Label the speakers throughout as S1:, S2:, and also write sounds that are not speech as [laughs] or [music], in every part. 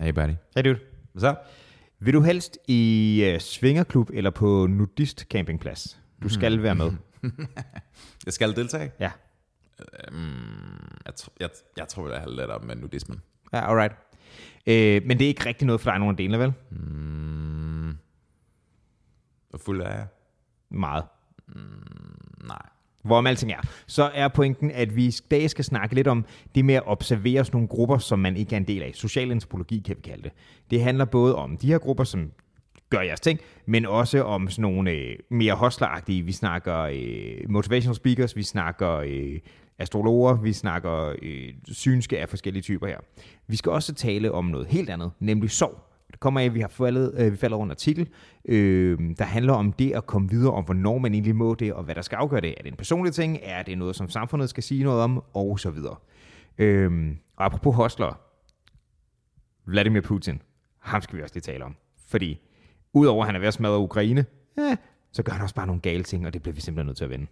S1: Hey buddy.
S2: Hey dude.
S1: Så, vil du helst i øh, svingerklub eller på nudist campingplads? Du skal være med.
S3: Jeg skal deltage.
S1: [laughs] Ja.
S3: Mm, Jeg, tr- jeg, jeg tror, jeg har lidt op med nudismen.
S1: Ja, alright. Øh, men det er ikke rigtig noget for dig, nogen af delene, vel?
S3: Og fuld af jeg?
S1: Meget.
S3: Nej.
S1: Hvorom alting er. Så er pointen, at vi i dag skal snakke lidt om det med at observere sådan nogle grupper, som man ikke er en del af. Social antropologi kan vi kalde det. Det handler både om de her grupper, som gør jeres ting, men også om sådan nogle øh, mere hostleragtige. Vi snakker øh, motivational speakers, vi snakker øh, astrologer, vi snakker øh, synske af forskellige typer her. Vi skal også tale om noget helt andet, nemlig sorg. Det kommer af, at vi har faldet, øh, vi falder over en artikel, øh, der handler om det at komme videre, om hvornår man egentlig må det, og hvad der skal afgøre det. Er det en personlig ting? Er det noget, som samfundet skal sige noget om? Og så videre. Øh, og apropos hostler, Vladimir Putin, ham skal vi også lige tale om. Fordi udover at han er ved at smadre Ukraine, eh, så gør han også bare nogle gale ting, og det bliver vi simpelthen nødt til at vende.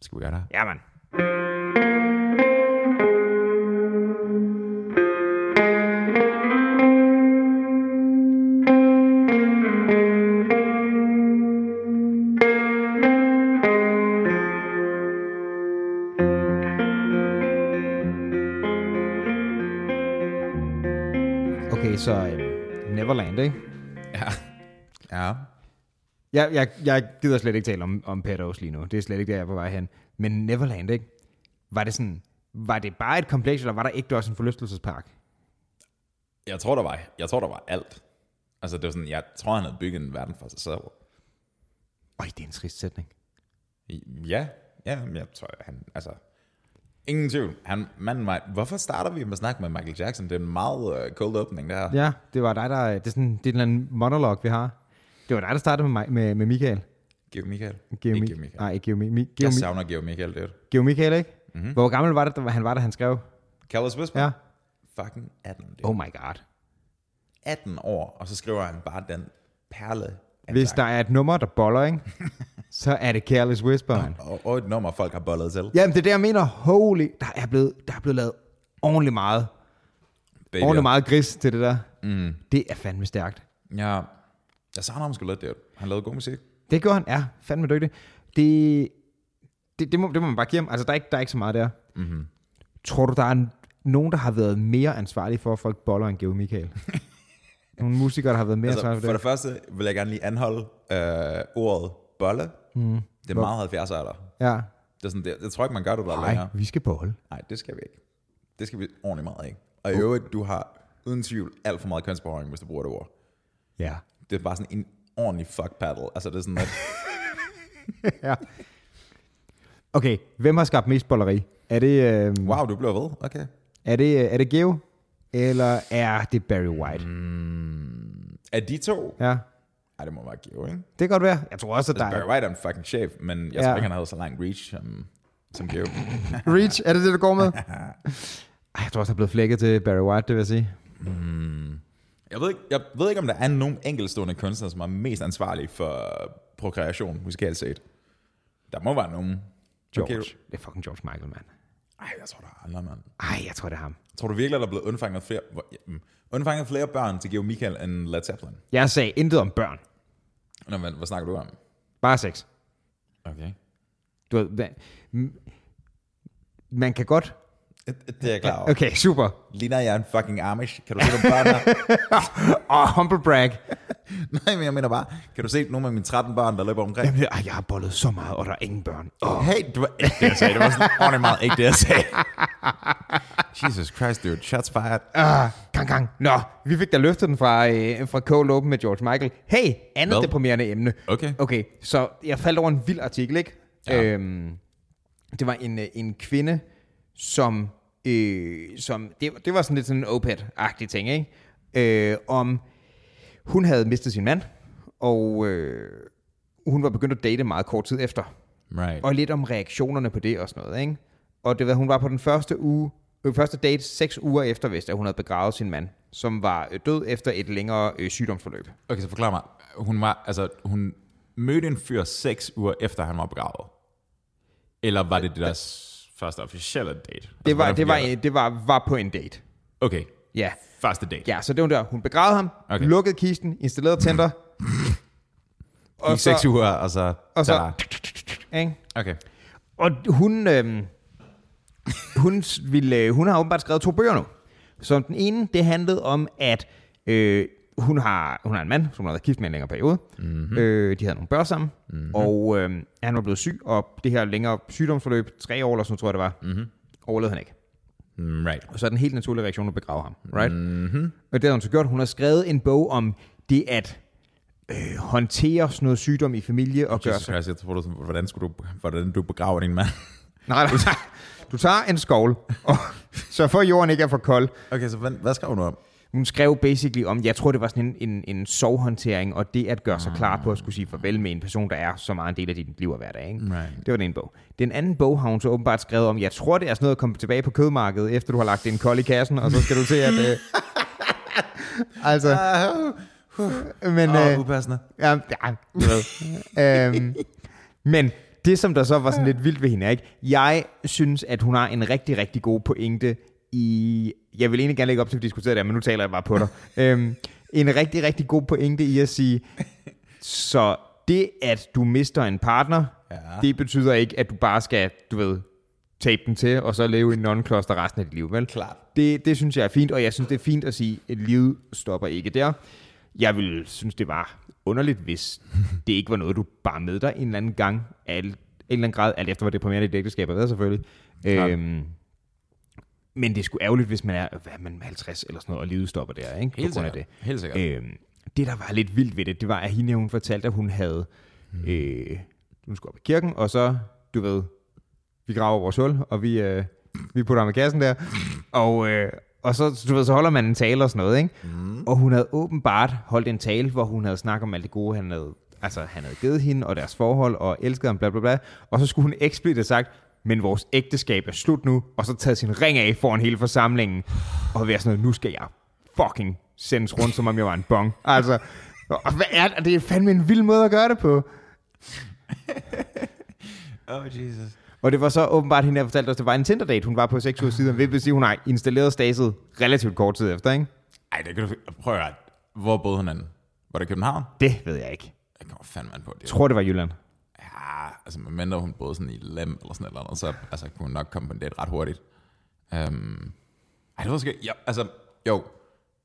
S3: Skal vi gøre det?
S1: Ja, mand. Okay, så øhm, Neverland, ikke?
S3: Ja. Ja.
S1: Jeg, jeg, jeg gider slet ikke tale om, om pedos lige nu. Det er slet ikke der, jeg er på vej hen. Men Neverland, ikke? Var det sådan... Var det bare et kompleks, eller var der ikke også en forlystelsespark?
S3: Jeg tror, der var, jeg tror, der var alt. Altså, det var sådan, jeg tror, han havde bygget en verden for sig selv.
S1: Øj, det er en trist sætning.
S3: Ja, ja, men jeg tror, han, altså, ingen tvivl. Han, manden var, hvorfor starter vi med at snakke med Michael Jackson? Det er en meget uh, cold opening, der. Ja.
S1: Ja, det var dig, der... Det er sådan det er en eller anden monolog, vi har. Det var dig, der startede med, mig, med, med Michael.
S3: Geo Michael.
S1: Geo
S3: Ikke
S1: Mi-
S3: Geo Michael.
S1: Nej, ikke Geo, Mi- Mi- Geo,
S3: Jeg
S1: Mi-
S3: savner Geo Michael, det.
S1: Geo Michael, ikke? Mm-hmm. Hvor gammel var det, der, han var, da han skrev?
S3: Carlos Whisper?
S1: Ja.
S3: Fucking 18, det.
S1: Oh my god.
S3: 18 år, og så skriver han bare den perle. af
S1: Hvis
S3: sang.
S1: der er et nummer, der boller, [laughs] ikke? så er det Careless Whisper. mand.
S3: Og, og et nummer, folk har bollet til.
S1: Jamen, det er det, jeg mener. Holy, der er blevet, der er blevet lavet ordentligt meget.
S3: Baby.
S1: Ordentligt meget gris til det der. Mm. Det er fandme stærkt.
S3: Ja. Jeg savner ham sgu lidt, det. Han lavede god musik.
S1: Det gjorde han. Ja, fandme dygtig. Det, det, det, må, det må man bare give ham. Altså, der er ikke, der er ikke så meget der. Mm-hmm. Tror du, der er en- nogen, der har været mere ansvarlige for, at folk boller end Geo Michael? [laughs] Nogle musikere, der har været mere altså,
S3: Altså,
S1: ansvarlige
S3: for
S1: for
S3: det
S1: det?
S3: første vil jeg gerne lige anholde øh, ordet bolle. Mm. Det er meget 70'er, der.
S1: Ja.
S3: Det er sådan, det, jeg tror ikke, man gør det der
S1: Nej,
S3: længere.
S1: vi skal bolle.
S3: Nej, det skal vi ikke. Det skal vi ordentligt meget ikke. Og i
S1: Uh.
S3: øvrigt, du har uden tvivl alt for meget kønsbehøring, hvis du bruger det ord.
S1: Ja.
S3: Det er bare sådan en ordentlig fuck paddle. Altså, det er sådan, at
S1: [laughs] ja. Okay, hvem har skabt mest bolleri? Er det, øh,
S3: wow, du bliver ved. Okay.
S1: er det, øh, er det Geo, eller er det Barry White? Mm.
S3: Er de to? Ja.
S1: Ja,
S3: Ej, det må være give, ikke?
S1: det kan godt være. Jeg tror også, at der
S3: Barry
S1: er...
S3: White er en fucking chef, men jeg ja.
S1: Ja.
S3: tror ikke, han havde så lang reach som, som Geo.
S1: Reach, er det det, du går med? [laughs] Ej, jeg tror også, der er blevet flækket til Barry White, det vil jeg sige.
S3: Jeg ved, ikke, jeg ved ikke, om der er nogen enkeltstående kunstner, som er mest ansvarlig for prokreation, musikalsk set. Der må være nogen.
S1: George.
S3: Okay.
S1: Det er fucking George Michael, mand.
S3: Ej, jeg tror, der er andre, mand.
S1: Ej, jeg tror, det er ham.
S3: Tror du virkelig, at der er blevet undfanget flere, hvor- ja, mm. undfanget flere børn til Geo Michael end Led Zeppelin?
S1: Jeg sagde intet om børn.
S3: Nå, men hvad snakker du om?
S1: Bare sex.
S3: Okay.
S1: Du ved, hvad- m- man kan godt...
S3: Det er jeg klar [laughs] over. Okay.
S1: Okay, super.
S3: Ligner jeg en fucking Amish? Kan du se nogle børn der?
S1: Og humble brag.
S3: [laughs] Nej, men jeg mener bare, kan du se nogle af mine 13 børn, der løber omkring?
S1: Jamen, ej, jeg har bollet så meget, og der er ingen børn. Oh.
S3: Hey, det var ikke det, jeg sagde. Det var sådan ordentligt meget ikke det, jeg sagde. [laughs] Jesus Christ, dude. Shots fired.
S1: Ah, gang, gang. Nå, vi fik da løftet den fra, øh, fra Cold Open med George Michael. Hey, andet
S3: Hvad?
S1: deprimerende emne.
S3: Okay.
S1: Okay, så jeg faldt over en vild artikel, ikke? Ja. Øhm, det var en, øh, en kvinde, som... Øh, som det, det var sådan lidt sådan en oped-agtig ting, ikke? Øh, om hun havde mistet sin mand, og øh, hun var begyndt at date meget kort tid efter.
S3: Right.
S1: Og lidt om reaktionerne på det og sådan noget, ikke? Og det var, hun var på den første uge, øh, første date seks uger efter, hvis at hun havde begravet sin mand, som var øh, død efter et længere øh, sygdomsforløb.
S3: Okay, så forklar mig. Hun, var, altså, hun mødte en fyr seks uger efter, han var begravet. Eller var det deres første officielle date? Altså,
S1: Det var,
S3: hvordan
S1: det var,
S3: fungerer
S1: det var, var på en date.
S3: Okay.
S1: Ja.
S3: Første date.
S1: Ja, så det var der. Hun begravede ham,
S3: Okay.
S1: okay. lukkede kisten, installerede
S3: [laughs]
S1: tænder.
S3: I seks uger, og så...
S1: og så-
S3: tada.
S1: Ikke?
S3: Okay.
S1: Og hun, øh, hun, ville, øh, hun har åbenbart skrevet to bøger nu. Som den ene, det handlede om, at øh, hun, har, hun har en mand, som hun har været gift med en længere periode. Mm-hmm. Øh, de havde nogle børn sammen, mm-hmm. og øh, han var blevet syg, og det her længere sygdomsforløb, tre år eller sådan noget, tror jeg det var, mm-hmm. overlevede han ikke.
S3: Mm, Right.
S1: Og så er den helt naturlige reaktion at begrave ham, right?
S3: Mhm.
S1: Mm-hmm. Og det har hun så gjort. Hun har skrevet en bog om det at øh, håndtere sådan noget sygdom i familie og gøre
S3: Jesus
S1: sig...
S3: Christ, jeg tror, du, hvordan, skulle du, hvordan du begraver din mand? [laughs]
S1: Nej, nej, nej. Du tager en skovl, og [laughs] så for at jorden ikke er for kold.
S3: Okay, så hvad, hvad skrev hun om?
S1: Hun skrev basically om, jeg tror det var sådan en, en, en sovhåndtering, og det at gøre sig klar på at skulle sige farvel med en person, der er så meget en del af dit liv og hverdag. Ikke?
S3: Right.
S1: Det var den ene bog. Den anden bog har hun så åbenbart skrevet om, jeg tror det er sådan noget at komme tilbage på kødmarkedet, efter du har lagt en kold i kassen, og så skal du se, at... Øh... altså, men...
S3: Åh,
S1: øh,
S3: oh, upassende.
S1: Ja, ja du ved. øhm, men det, som der så var sådan lidt vildt ved hende, er, ikke? jeg synes, at hun har en rigtig, rigtig god pointe i... Jeg vil egentlig gerne lægge op til at diskutere det, her, men nu taler jeg bare på dig. øhm, en rigtig, rigtig god pointe i at sige, så det, at du mister en partner,
S3: Ja.
S1: ja. det betyder ikke, at du bare skal, du ved, tape den til, og så leve i en non-kloster resten af dit liv, vel?
S3: Klart.
S1: Det, det synes jeg er fint, og jeg synes, det er fint at sige, at livet stopper ikke der. Jeg ville synes, det var underligt,
S3: [laughs]
S1: hvis det ikke var noget, du bare med dig en eller anden gang, alt, en eller anden grad, alt efter hvor deprimerende dit ægteskab har været selvfølgelig.
S3: Klart.
S1: Øhm, men det er sgu ærgerligt, hvis man er, hvad er man 50 eller sådan noget, og livet stopper der, ikke? På
S3: Helt
S1: grund af
S3: sikkert.
S1: det.
S3: Helt sikkert.
S1: Øhm, det, der var lidt vildt ved det, det var, at hende, hun fortalte, at hun havde... Øh, hun skulle op i kirken, og så, du ved, vi graver vores hul, og vi, øh, vi putter ham i kassen der. Og, øh, og så, du ved, så holder man en tale og sådan noget, ikke? Mm. Og hun havde åbenbart holdt en tale, hvor hun havde snakket om alt det gode, han havde, altså, han havde givet hende, og deres forhold, og elskede ham, bla bla bla. Og så skulle hun eksplicit have sagt, men vores ægteskab er slut nu, og så taget sin ring af foran hele forsamlingen, og være sådan noget, nu skal jeg fucking sendes rundt, som om jeg var en bong. Altså, og hvad er det? Og Det er fandme en vild måde at gøre det på.
S3: Oh, Jesus.
S1: Og det var så åbenbart, hende der fortalte os, det var en Tinder-date, hun var på 6 uger siden, hvilket vil sige, hun har installeret staset relativt kort tid efter, ikke?
S3: Ej, det kan du... Prøv at høre. Hvor boede hun anden? Var det i København?
S1: Det ved jeg ikke.
S3: Jeg kommer fandme an på det.
S1: Jeg tror, det var Jylland.
S3: Ja, altså medmindre hun boede sådan i Lem eller sådan et eller andet, så altså, kunne hun nok komme på en date ret hurtigt. Um, ej, det var sgu... Ja, altså, jo,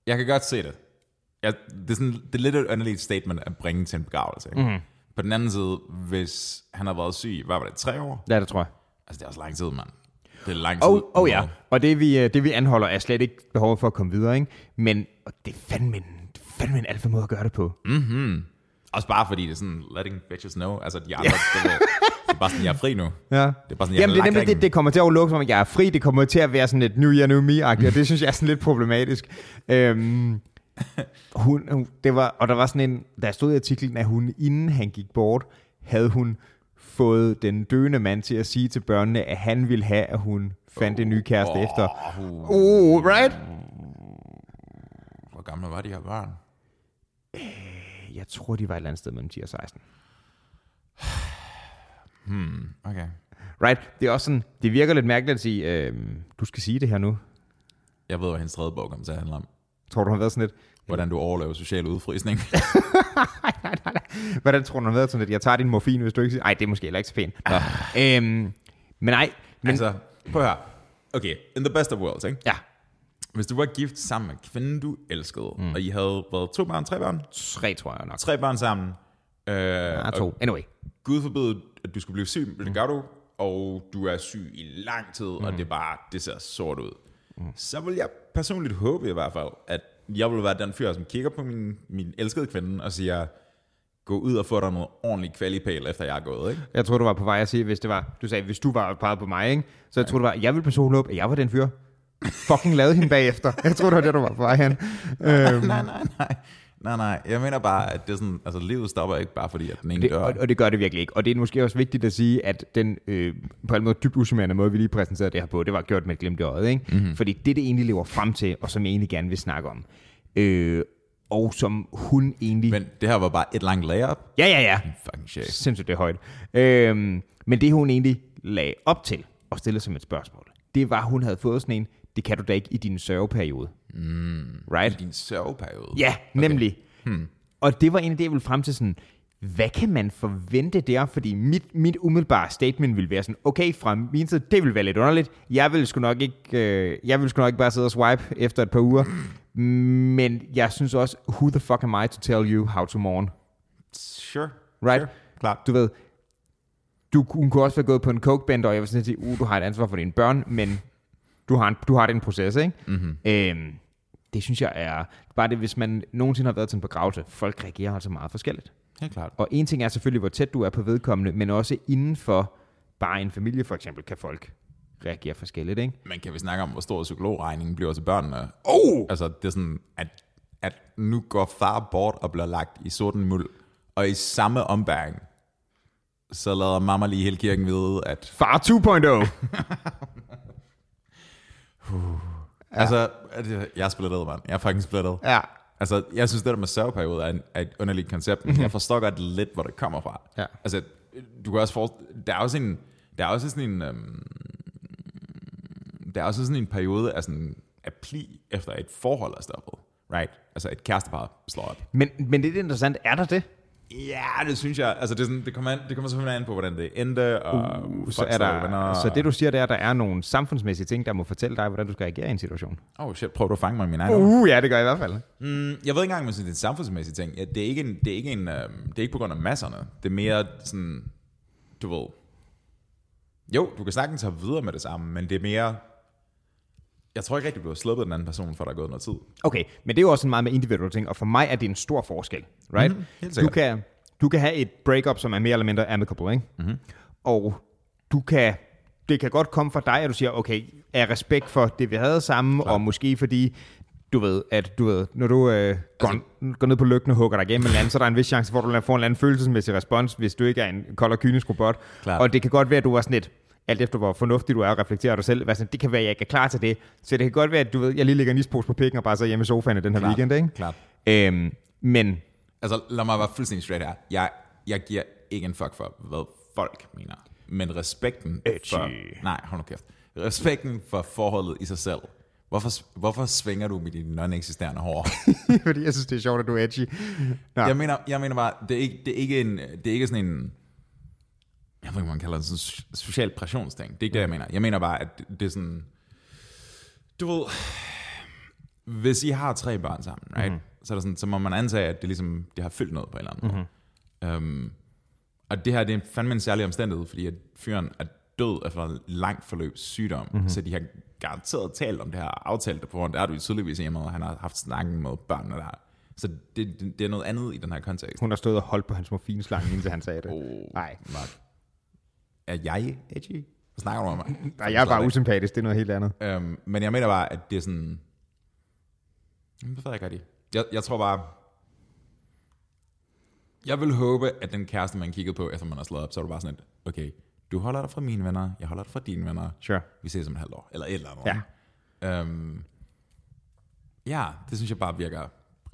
S3: jeg kan godt se det. Jeg, det, er sådan, det er lidt et underligt statement at bringe til en begravelse. Ikke?
S1: Mhm.
S3: Mm. På den anden side, hvis han har været syg, hvad var det, tre år?
S1: Ja, det tror jeg.
S3: Altså, det er også lang tid, mand. Det er lang tid.
S1: Og, og Oh, ja, og det vi, øh, det vi anholder er slet ikke behovet for at komme videre, ikke? Men og det er fandme en, det er fandme en alfa måde at gøre det på.
S3: Også bare fordi det er sådan, letting bitches know. Altså, de andre, det, er, det er bare sådan, jeg er fri nu.
S1: Ja.
S3: Det er bare sådan, jeg
S1: Jamen, det
S3: har
S1: er
S3: lagt
S1: nemlig det,
S3: ringen.
S1: det kommer til at lukke, som om jeg er fri. Det kommer til at være sådan et new year, new me-agtigt, og det synes jeg er sådan lidt problematisk. Øhm, hun, hun, det var, og der var sådan en, der stod i artiklen, at hun, inden han gik bort, havde hun fået den døende mand til at sige til børnene, at han ville have, at hun fandt en ny kæreste oh. efter.
S3: Åh, uh,
S1: Oh, right?
S3: hvor gamle var de her børn?
S1: Jeg tror, de var et eller andet sted mellem 10 og 16.
S3: Hmm, Okay.
S1: Right? Det er også sådan, det virker lidt mærkeligt at sige, øhm, du skal sige det her nu.
S3: Jeg ved, hvad hendes tredje bog kommer til at handle om.
S1: Tror du, hun har været sådan lidt,
S3: Hvordan du overlever social udfrysning.
S1: Hvordan tror du, han har været sådan lidt? Jeg tager din morfin, hvis du ikke siger... Ej, det er måske heller ikke så pænt. Nå. øhm, men nej, men... Altså,
S3: altså, prøv at høre. Okay, in the best of worlds, ikke?
S1: ja,
S3: Hvis du var gift sammen med kvinden, du elskede, mm. og I havde været to børn, tre børn?
S1: tre tror jeg nok.
S3: Tre børn sammen. Øh,
S1: Ja, to. Anyway.
S3: Gud forbyde, at du skulle blive syg, men det gør du, og du er syg i lang tid, mm. og det er bare, det ser sort ud. Mm. Så vil jeg personligt håbe i hvert fald, at jeg vil være den fyr, som kigger på min, min elskede kvinde og siger, gå ud og få dig noget ordentligt kvalipæl, efter jeg er gået, ikke?
S1: Jeg tror du var på vej at sige, hvis det var... Du sagde, hvis du var peget på mig, ikke? Så jeg tror du var... Jeg ville personligt op, at jeg var den fyr. Fucking lavede hende bagefter. Jeg tror det var det, du var på vej hen. Øhm,
S3: nej, nej, nej. Nej, nej. Jeg mener bare, at det er sådan, altså livet stopper ikke bare fordi, at den ene
S1: det,
S3: dør.
S1: og, og det gør det virkelig ikke. Og det er måske også vigtigt at sige, at den øh, på en måde dybt usimmerende måde, vi lige præsenterede det her på, det var gjort med et glimt i øjet. Ikke? Mm-hmm. Fordi det, det egentlig lever frem til, og som jeg egentlig gerne vil snakke om, øh, og som hun egentlig...
S3: Men det her var bare et langt layup.
S1: ja, ja, ja.
S3: Fucking shit.
S1: Sindssygt det er højt. Øhm, men det hun egentlig lagde
S3: Mm.
S1: op til og stillede som et spørgsmål, det var, hun havde fået sådan en, det kan du da ikke i din sørgeperiode. Right?
S3: I din sørgeperiode.
S1: Mm. Ja, nemlig. Okay. Hmm. Og det var en af det, jeg ville frem til sådan, hvad kan man forvente der? Fordi mit, mit umiddelbare statement ville være sådan, okay, fra min side, det ville være lidt underligt. Jeg ville sgu nok ikke, øh, jeg ville sgu nok ikke bare sidde og swipe efter et par [clears throat] uger. Men jeg synes også, who the fuck am I to tell you how to mourn?
S3: Sure.
S1: Right?
S3: Sure. Klart.
S1: Du ved, du, hun kunne også være gået på en coke og jeg var sådan at sige, uh, du har et ansvar for dine børn, men du har, en, du har den proces, ikke? Mm-hmm. Øhm, det synes jeg er, bare det, hvis man nogensinde har været til en begravelse, folk reagerer altså meget forskelligt.
S3: Helt klart.
S1: Og en ting er selvfølgelig, hvor tæt du er på vedkommende, men også inden for bare en familie for eksempel, kan folk reagere forskelligt, ikke?
S3: Men kan vi snakke om, hvor stor psykologregningen bliver til børnene? Oh! Altså, det er sådan, at, at nu går far bort og bliver lagt i sorten muld, og i samme ombæring, så lader mamma lige hele kirken vide, at
S1: Far oh. 2.0!
S3: Ja. Altså, at jeg- jeg er splittet, mand. Jeg er fucking splittet.
S1: [laughs] ja.
S3: Altså, jeg synes, det der med sørgeperiode er, en, er et underligt koncept, men jeg forstår godt lidt, hvor det kommer fra.
S1: Ja.
S3: Altså, du kan også forestille... Der er også en... Der er også sådan en... Øhm, der er også sådan en periode af sådan af pli efter et forhold er stoppet. Right? Altså, et kærestepar slår op.
S1: Men, men det er lidt interessant, er der det?
S3: Ja, det synes jeg. Altså, det, er sådan, det, kommer, an, det kommer selvfølgelig an på, hvordan det endte, og uh,
S1: Så, er der, så det du siger, det er, at der er nogle samfundsmæssige ting, der må fortælle dig, hvordan du skal reagere i en situation.
S3: Oh shit, prøv du at fange mig i min egen
S1: Uh, ja, det gør jeg i hvert fald.
S3: Mm, jeg ved ikke engang, om jeg synes, det er en samfundsmæssig ting. Ja, det, er ikke en, det, er ikke en, øh, det er ikke på grund af masserne. Det er mere sådan, du ved... Jo, du kan sagtens have videre med det samme, men det er mere... Jeg tror ikke rigtig, du bliver sluppet af den anden person, for der er gået noget tid.
S1: Okay, men det er jo også en meget mere individuel ting, og for mig er det en stor forskel, right?
S3: Mhm, helt
S1: du,
S3: sikkert.
S1: kan, du kan have et breakup, som er mere eller mindre amicable, ikke? Mm-hmm. Og du kan, det kan godt komme fra dig, at du siger, okay, af respekt for det, vi havde sammen, Klar. og måske fordi, du ved, at du ved, når du øh, går, altså, går ned på lygten og hugger dig igennem en eller anden, så er der en vis chance for, at du får en eller anden følelsesmæssig respons, hvis du ikke er en kold og kynisk robot.
S3: Klart.
S1: Og det kan godt være, at du var sådan lidt, alt efter hvor fornuftig du er og reflekterer dig selv, være sådan, det kan være, at jeg ikke er klar til det. Så det kan godt være, at du ved, jeg lige lægger en ispose på pikken og bare så hjemme i sofaen i den her
S3: Klart,
S1: weekend, ikke?
S3: klart.
S1: Øhm, men
S3: Altså, lad mig være fuldstændig straight her. Jeg, jeg giver ikke en fuck for, hvad folk mener. Men respekten
S1: Edgy.
S3: for... Nej, hold nu kæft. Respekten for forholdet i sig selv. Hvorfor, hvorfor svinger du med dine non-eksisterende hår?
S1: [laughs] fordi jeg synes, det er sjovt, at du er edgy. Nå,
S3: Jeg mener, jeg mener bare, det er ikke, det er ikke, en, det er ikke sådan en, jeg ved ikke, man kalder det, sådan en so- social pressionsting. Det er ikke det, jeg mener. Jeg mener bare, at det, det er sådan, du ved, hvis I har tre børn sammen, right? Mm-hmm. Så, er der sådan, så må man antage, at det, ligesom, det har fyldt noget på en eller anden måde. Mm-hmm. Um, og det her, det er fandme en særlig omstændighed, fordi at fyren er død efter en lang forløb sygdom, mm-hmm. så de har garanteret talt om det her, og aftalt det på grund af, at du er tydeligvis hjemme, og han har haft snakken med børnene der. Så det, det, det er noget andet i den her kontekst.
S1: hun har stået og holdt på hans morfinslange, indtil han sagde det. Nej,
S3: Mark. Er jeg edgy? Hvad snakker du om mig?
S1: nej, jeg er bare usympatisk, det er noget helt andet.
S3: Øhm, men jeg mener bare, at det er sådan... Jamen, Det ved jeg ikke rigtigt. Jeg, jeg tror bare... Jeg vil håbe, at den kæreste, man kiggede på, efter man har slået op, så er du bare sådan, et, okay, du holder dig fra mine venner, jeg holder dig fra dine venner,
S1: Sure.
S3: vi ses om et halvt år, eller et eller andet.
S1: Ja.
S3: ikke? Øhm, ja, det synes jeg bare virker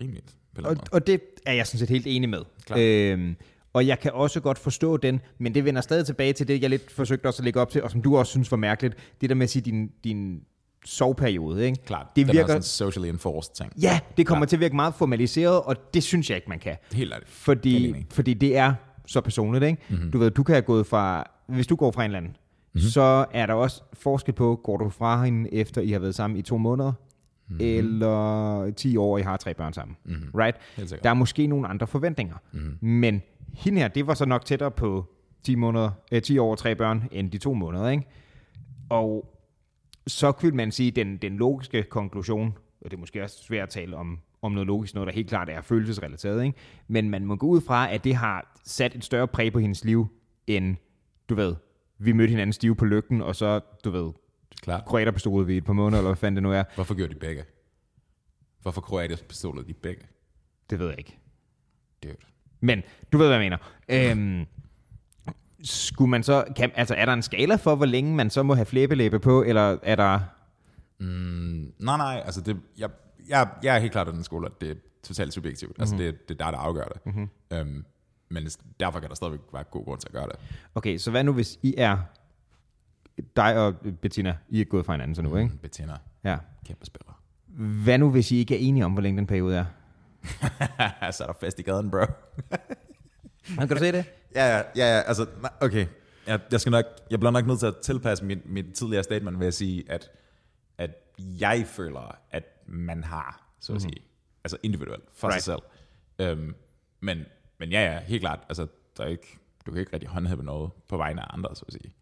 S3: rimeligt. På en eller
S1: Og,
S3: anden måde.
S1: og det er jeg sådan set helt enig med.
S3: Klar.
S1: Øhm, og jeg kan også godt forstå den, men det vender stadig tilbage til det, jeg lidt forsøgte også at lægge op til, og som du også synes var mærkeligt, det der med at sige din, din sovperiode, ikke?
S3: Klart,
S1: det
S3: den er
S1: virker,
S3: sådan en socially enforced ting.
S1: Ja, det kommer til at virke meget formaliseret, og det synes jeg ikke, man kan.
S3: Helt ærligt. Helt
S1: Fordi,
S3: enig. Mhm.
S1: fordi det er så personligt, ikke? Mm-hmm. Du ved, du kan have gået fra... Hvis du går fra en eller anden, mm-hmm. så er der også forskel på, går du fra hende efter I har været sammen i to måneder,
S3: Mhm.
S1: mm-hmm. eller 10 år, og I har tre børn sammen. Mm-hmm. Right?
S3: Helt sikkert. Mhm.
S1: Der er måske nogle andre forventninger. Mm-hmm. Men hende her, det var så nok tættere på 10, måneder, øh, 10 år og tre børn, end de to måneder, ikke? Og så kunne man sige, den, den logiske konklusion, og det er måske også svært at tale om, om noget logisk, noget der helt klart er følelsesrelateret, ikke? men man må gå ud fra, at det har sat et større præg på hendes liv, end, du ved, vi mødte hinanden stive på lygten, og så, du ved,
S3: Klart.
S1: kroater bestod vi i et par måneder, eller hvad fanden det nu er,
S3: Hvorfor gjorde de begge? Hvorfor Kroatias bestod de begge?
S1: det ved jeg ikke.
S3: Dude.
S1: Men du ved, hvad jeg mener. Øhm, skulle man så, kan, altså er der en skala for, hvor længe man så må have flæbelæbe på, eller er der,
S3: Nej, nej, altså det, jeg, jeg, jeg er helt klart af den skole, at det er totalt subjektivt. Altså det, det er dig, der afgør det. Mm-hmm. Øhm, men derfor kan der stadigvæk være god grund til at gøre det.
S1: okay, så hvad nu hvis I er, dig og Bettina, I er gået fra hinanden så nu, ikke?
S3: Bettina,
S1: Ja.
S3: kæmpe spiller. [laughs]
S1: Hvad nu, hvis I ikke er enige om, hvor længe den periode er?
S3: så er der fest i gaden, bro.
S1: Nå, Kan du se det?
S3: Ja, ja, ja, ja, altså, nej, okay. Jeg, jeg, skal nok, jeg bliver nok nødt til at tilpasse mit, mit tidligere statement ved at sige, at, at jeg føler, at man har, så at
S1: Mhm.
S3: mm-hmm. sige, altså individuelt, for right. sig selv. Øhm, men, men ja, ja, helt klart, altså, der er ikke, du kan ikke rigtig håndhæve noget på vegne af andre, så at sige.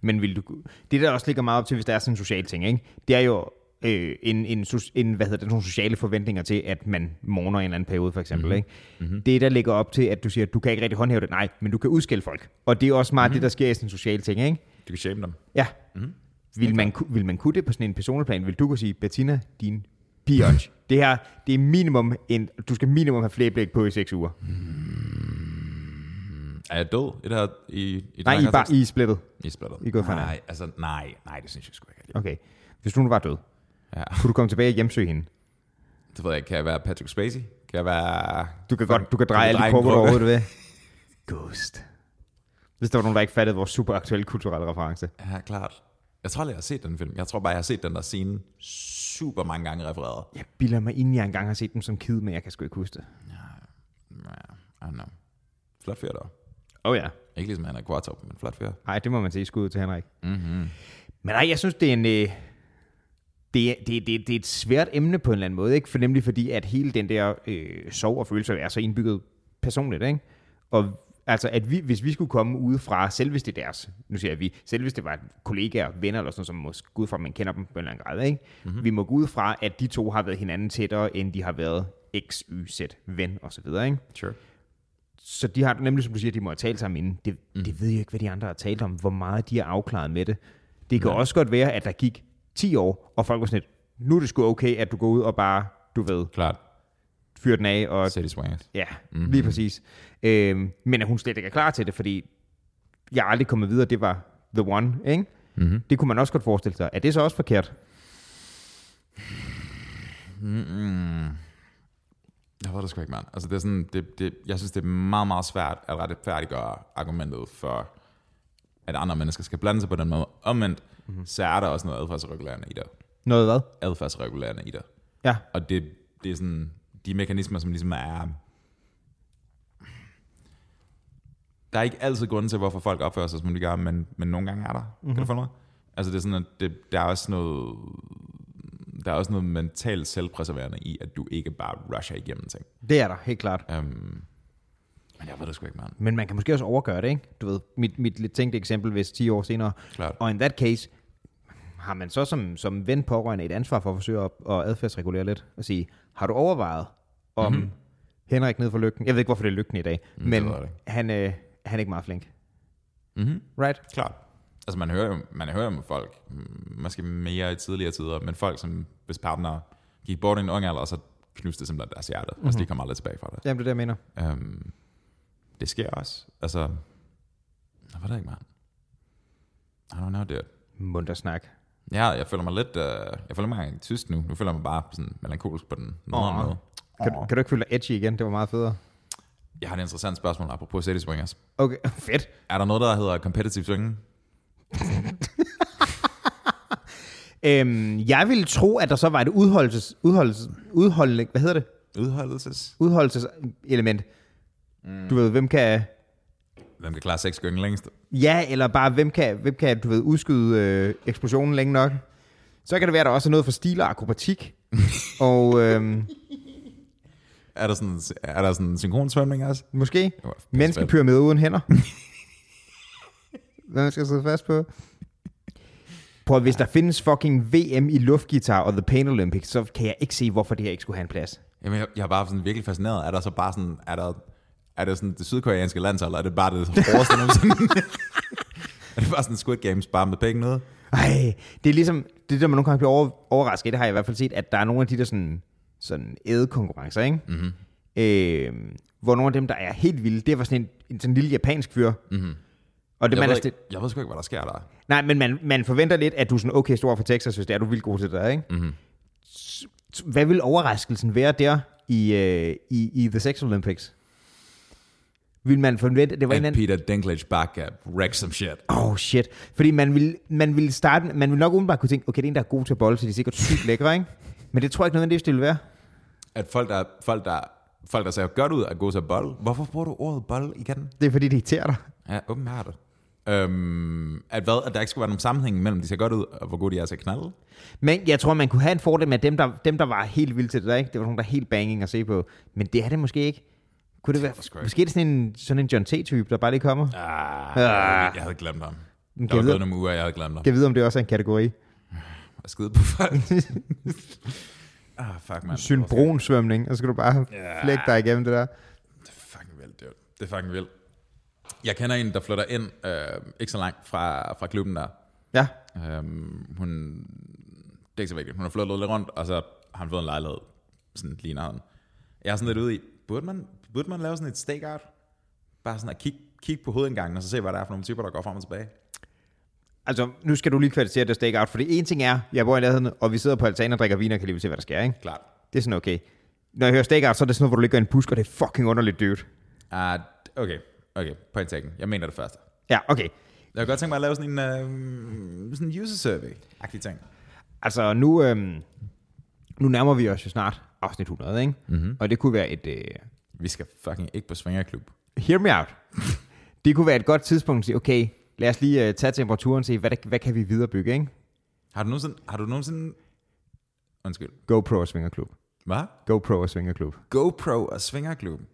S1: Men vil du, kunne- det der også ligger meget op til, hvis der er sådan en social ting, ikke? det er jo øh, en, en, so- en, hvad hedder det, nogle sociale forventninger til, at man morner i en eller anden periode, for eksempel. Mm-hmm. Ikke? Mm-hmm. Det der ligger op til, at du siger, du kan ikke rigtig håndhæve det, nej, men du kan udskælde folk. Og det er også meget mm-hmm. det, der sker i sådan en social ting. Ikke?
S3: Du kan shame dem.
S1: Ja. Mm-hmm. Vil, man, ku- vil man kunne det på sådan en personlig plan? Vil du kunne sige, Bettina, din [laughs] biatch, det her, det er minimum en, du skal minimum have flere blik på i seks uger.
S3: Er jeg død i det her? I, i
S1: Nej, altså- I, er bare, I er splittet.
S3: I er splittet.
S1: I er gået fra
S3: nej, altså, nej, nej, det synes jeg sgu ikke. jeg
S1: Okay. Hvis du nu var død,
S3: Ja.
S1: kunne du komme tilbage og hjemsøge hende?
S3: Det ved jeg ikke. Kan jeg være Patrick Spacey? Kan jeg være...
S1: Du kan godt, du kan dreje
S3: Kan
S1: alle
S3: du dreje en
S1: de krukker, du
S3: krukke?
S1: overhovedet vil. [laughs] Ghost. Hvis der var nogen, der ikke fattede vores super aktuelle kulturelle reference.
S3: Ja, klart. Jeg tror aldrig, jeg har set den film. Jeg tror bare, jeg har set den der scene super mange gange refereret.
S1: Jeg bilder mig ind, jeg engang har set dem som kid, men jeg kan sgu ikke huske det.
S3: Ja, I don't know. Flot fyr dog.
S1: Åh oh, ja.
S3: Ikke ligesom Henrik Kvartrup, men flot fyr.
S1: Nej, det må man sige skud til Henrik. Mm-hmm. Men nej, jeg synes, det er en... Øh, det, er- det, det, det er et svært emne på en eller anden måde, ikke? For nemlig fordi, at hele den der øh, sorg og følelse er så indbygget personligt, ikke? Og altså, at vi, hvis vi skulle komme udefra, selv hvis det er deres, nu siger jeg vi, selv hvis det var kollegaer, venner eller sådan noget, som må gå ud fra, at man kender dem på en eller anden grad, ikke? Mm-hmm. Vi må gå ud fra, at de to har været hinanden tættere, end de har været x, y, z, ven og så videre, ikke?
S3: Sure.
S1: Så de har nemlig, som du siger, de må have talt sammen inden. Det, mm. det ved jeg ikke, hvad de andre har talt om, hvor meget de er afklaret med det. Det kan også godt være, at der gik 10 år, og folk var sådan lidt, nu er det sgu okay, at du går ud og bare, du ved,
S3: Klart.
S1: fyrer den af. Og,
S3: City Swingers.
S1: ja, mm-hmm. lige præcis. Øhm, men at hun slet ikke er klar til det, fordi jeg er aldrig kommet videre, det var the one, ikke? Mm-hmm. Det kunne man også godt forestille sig. Er det så også forkert?
S3: Jeg ved det sgu ikke, mand. Altså, det er sådan, det, det, jeg synes, det er meget, meget svært at retfærdiggøre argumentet for, at andre mennesker skal blande sig på den måde. Omvendt, mm-hmm. så er der også noget adfærdsregulerende i det.
S1: Noget hvad?
S3: Adfærdsregulerende i det.
S1: Ja.
S3: Og det, det er sådan, de mekanismer, som ligesom er... Der er ikke altid grund til, hvorfor folk opfører sig, som de gør, men, men nogle gange er der. Mm-hmm. Kan du følge mig? Altså det er sådan, at det, der er også noget... Der er også noget mentalt selvpreserverende i, at du ikke bare rusher igennem ting.
S1: Det er der, helt klart.
S3: Um, men jeg ved det sgu ikke, mand.
S1: Men man kan måske også overgøre det, ikke? Du ved, mit, mit lidt tænkte eksempel, hvis 10 år senere.
S3: Klart.
S1: Og in that case, har man så som, som ven pårørende et ansvar for at forsøge at, at adfærdsregulere lidt? Og sige, har du overvejet om mm-hmm. Henrik ned for lygten? Jeg ved ikke, hvorfor det er lygten i dag, mm, men
S3: Mhm. det ved jeg ikke.
S1: han, øh, han er ikke meget flink.
S3: Mm-hmm.
S1: Right?
S3: Klart. Altså man hører jo, man hører om folk, mm, måske mere i tidligere tider, men folk, som hvis partner gik bort i en ung alder, og så knuste det simpelthen deres hjerte. Mm-hmm. Altså de
S1: Mhm.
S3: kommer aldrig tilbage fra det.
S1: Jamen, det er det, jeg mener.
S3: Øhm, det sker også. Altså, jeg ved det ikke, mand. I don't know, dude.
S1: Munter snak.
S3: Ja, jeg føler mig lidt, øh, jeg føler mig engang tysk nu. Nu føler jeg mig bare sådan melankolsk på den nederen
S1: Åh.
S3: måde.
S1: Kan, du- kan du ikke føle dig edgy igen? Det var meget federe.
S3: Jeg har et interessant spørgsmål apropos City Swingers.
S1: Okay, [laughs] fedt.
S3: Er der noget, der hedder competitive swinging?
S1: Øhm, jeg ville tro, at der så var et udholdelses, udholdelses, udholdning, hvad hedder det?
S3: Udholdelses?
S1: Udholdelseselement. Mm. Du ved, hvem kan...
S3: Hvem kan klare seks gange længst?
S1: Ja, eller bare, hvem kan, hvem kan du ved, udskyde øh, eksplosionen længe nok? Så kan det være, der også er noget for stil
S3: [laughs]
S1: og akrobatik. og øhm,
S3: Er der sådan, er der sådan synkronsvømning også?
S1: måske
S3: Det var pissefedt.
S1: menneskepyramide uden
S3: [laughs]
S1: hænder. Hvad man skal sidde fast på. Prøv, at hvis der findes fucking VM i luftgitar og The Pain Olympics, så kan jeg ikke se, hvorfor det her ikke skulle have en plads.
S3: Jamen, jeg, jeg er bare sådan virkelig fascineret. Er der så bare sådan, er der, er det sådan det sydkoreanske landshold, eller er det bare det [laughs] hårdeste nogensinde? er det bare sådan Squid Games, bare med penge nede?
S1: Ej, det er ligesom, det der man nogle gange bliver over, overrasket, det har jeg i hvert fald set, at der er nogle af de der sådan, sådan ædekonkurrencer, ikke?
S3: Mhm.
S1: Mm-hmm. Øh, hvor nogle af dem, der er helt vilde, det var sådan en, en sådan lille japansk fyr. Mm-hmm. Og altså,
S3: Mhm. Jeg,
S1: det, man er
S3: ved,
S1: stil,
S3: ikke, jeg ved sgu ikke, hvad der sker der.
S1: nej, men man, man forventer lidt, at du er sådan, okay, stor for Texas, hvis det er, du er vildt god til det der, ikke?
S3: Mhm.
S1: Mm-hmm. Hvad vil overraskelsen være der i, øh, i, i The Sex Olympics? Vil man forvente, at det var en eller
S3: At
S1: anden...
S3: Peter Dinklage bare kan wreck some shit.
S1: Oh shit. Fordi man vil, man vil starte, man vil nok umiddelbart kunne tænke, okay, det er en, der er god til at bolle, så de er sikkert sygt lækre, ikke? Men det tror jeg ikke nødvendigvis, det vil være.
S3: At folk, der, folk, der, folk, der ser godt ud, er gode til at bolle. Hvorfor bruger du ordet bolle igen?
S1: Det er fordi, det irriterer dig.
S3: Ja, åbenbart. Øhm, at hvad? At der ikke skulle være nogen sammenhæng mellem, de ser godt ud, og hvor gode de er til at knalde?
S1: Men jeg tror, man kunne have en fordel med at dem, der, dem, der var helt vilde til det der. Ikke? Det var nogen, der var helt banging at se på. Men det er det måske ikke. Kunne det være,
S3: Det er sgu ikke.
S1: måske er det sådan en, sådan en John T-type, der bare lige kommer. Ja,
S3: Ah, ah. Jeg havde glemt ham. Der var
S1: kan jeg
S3: gået
S1: vide,
S3: nogle uger, jeg havde glemt ham.
S1: kan jeg vide, om det også er en kategori?
S3: Jeg skide på folk. [laughs] ah, fuck, man.
S1: Syndbronsvømning, og så skal du bare
S3: Ja.
S1: flække dig igennem det der.
S3: Det er fucking vildt, dude. Det er fucking vildt. Jeg kender en, der flytter ind, øh, ikke så langt fra, fra klubben der.
S1: Ja,
S3: Øhm, hun, det er ikke så vigtigt. Hun har flyttet lidt rundt, og så har hun fået en lejlighed. Sådan ligner han. Jeg er sådan lidt ude i, burde man, burde man lave sådan et stakeout? Bare sådan at kigge, kigge på hovedindgangen, og så se, hvad der er for nogle typer, der går frem og tilbage.
S1: altså nu skal du lige kvalificere det stake out, for det ene ting er, jeg bor i nærheden, og vi sidder på altanen og drikker vin og kan lige se, hvad der sker, ikke?
S3: Klart.
S1: Det er sådan okay. Når jeg hører stake out, så er det sådan noget, hvor du ligger i en busk, og det er fucking underligt dyrt.
S3: Ah, okay, okay, point taken. Jeg mener det første.
S1: Ja, okay.
S3: Jeg kunne godt tænke mig at lave sådan en øh, sådan en user survey-agtig ting.
S1: Altså nu, øhm, nu nærmer vi os jo snart afsnit 100, ikke? Mm-hmm. Og det kunne være et... Øh,
S3: Vi skal fucking ikke på svingerklub.
S1: hear me out. [laughs] det kunne være et godt tidspunkt at sige, okay, lad os lige øh, tage temperaturen og se, hvad, der, hvad kan vi viderebygge, ikke?
S3: Har du nogensinde... Har du nogensinde undskyld.
S1: GoPro og Svingerklub.
S3: Hvad?
S1: GoPro og Svingerklub.
S3: GoPro og svingerklubben.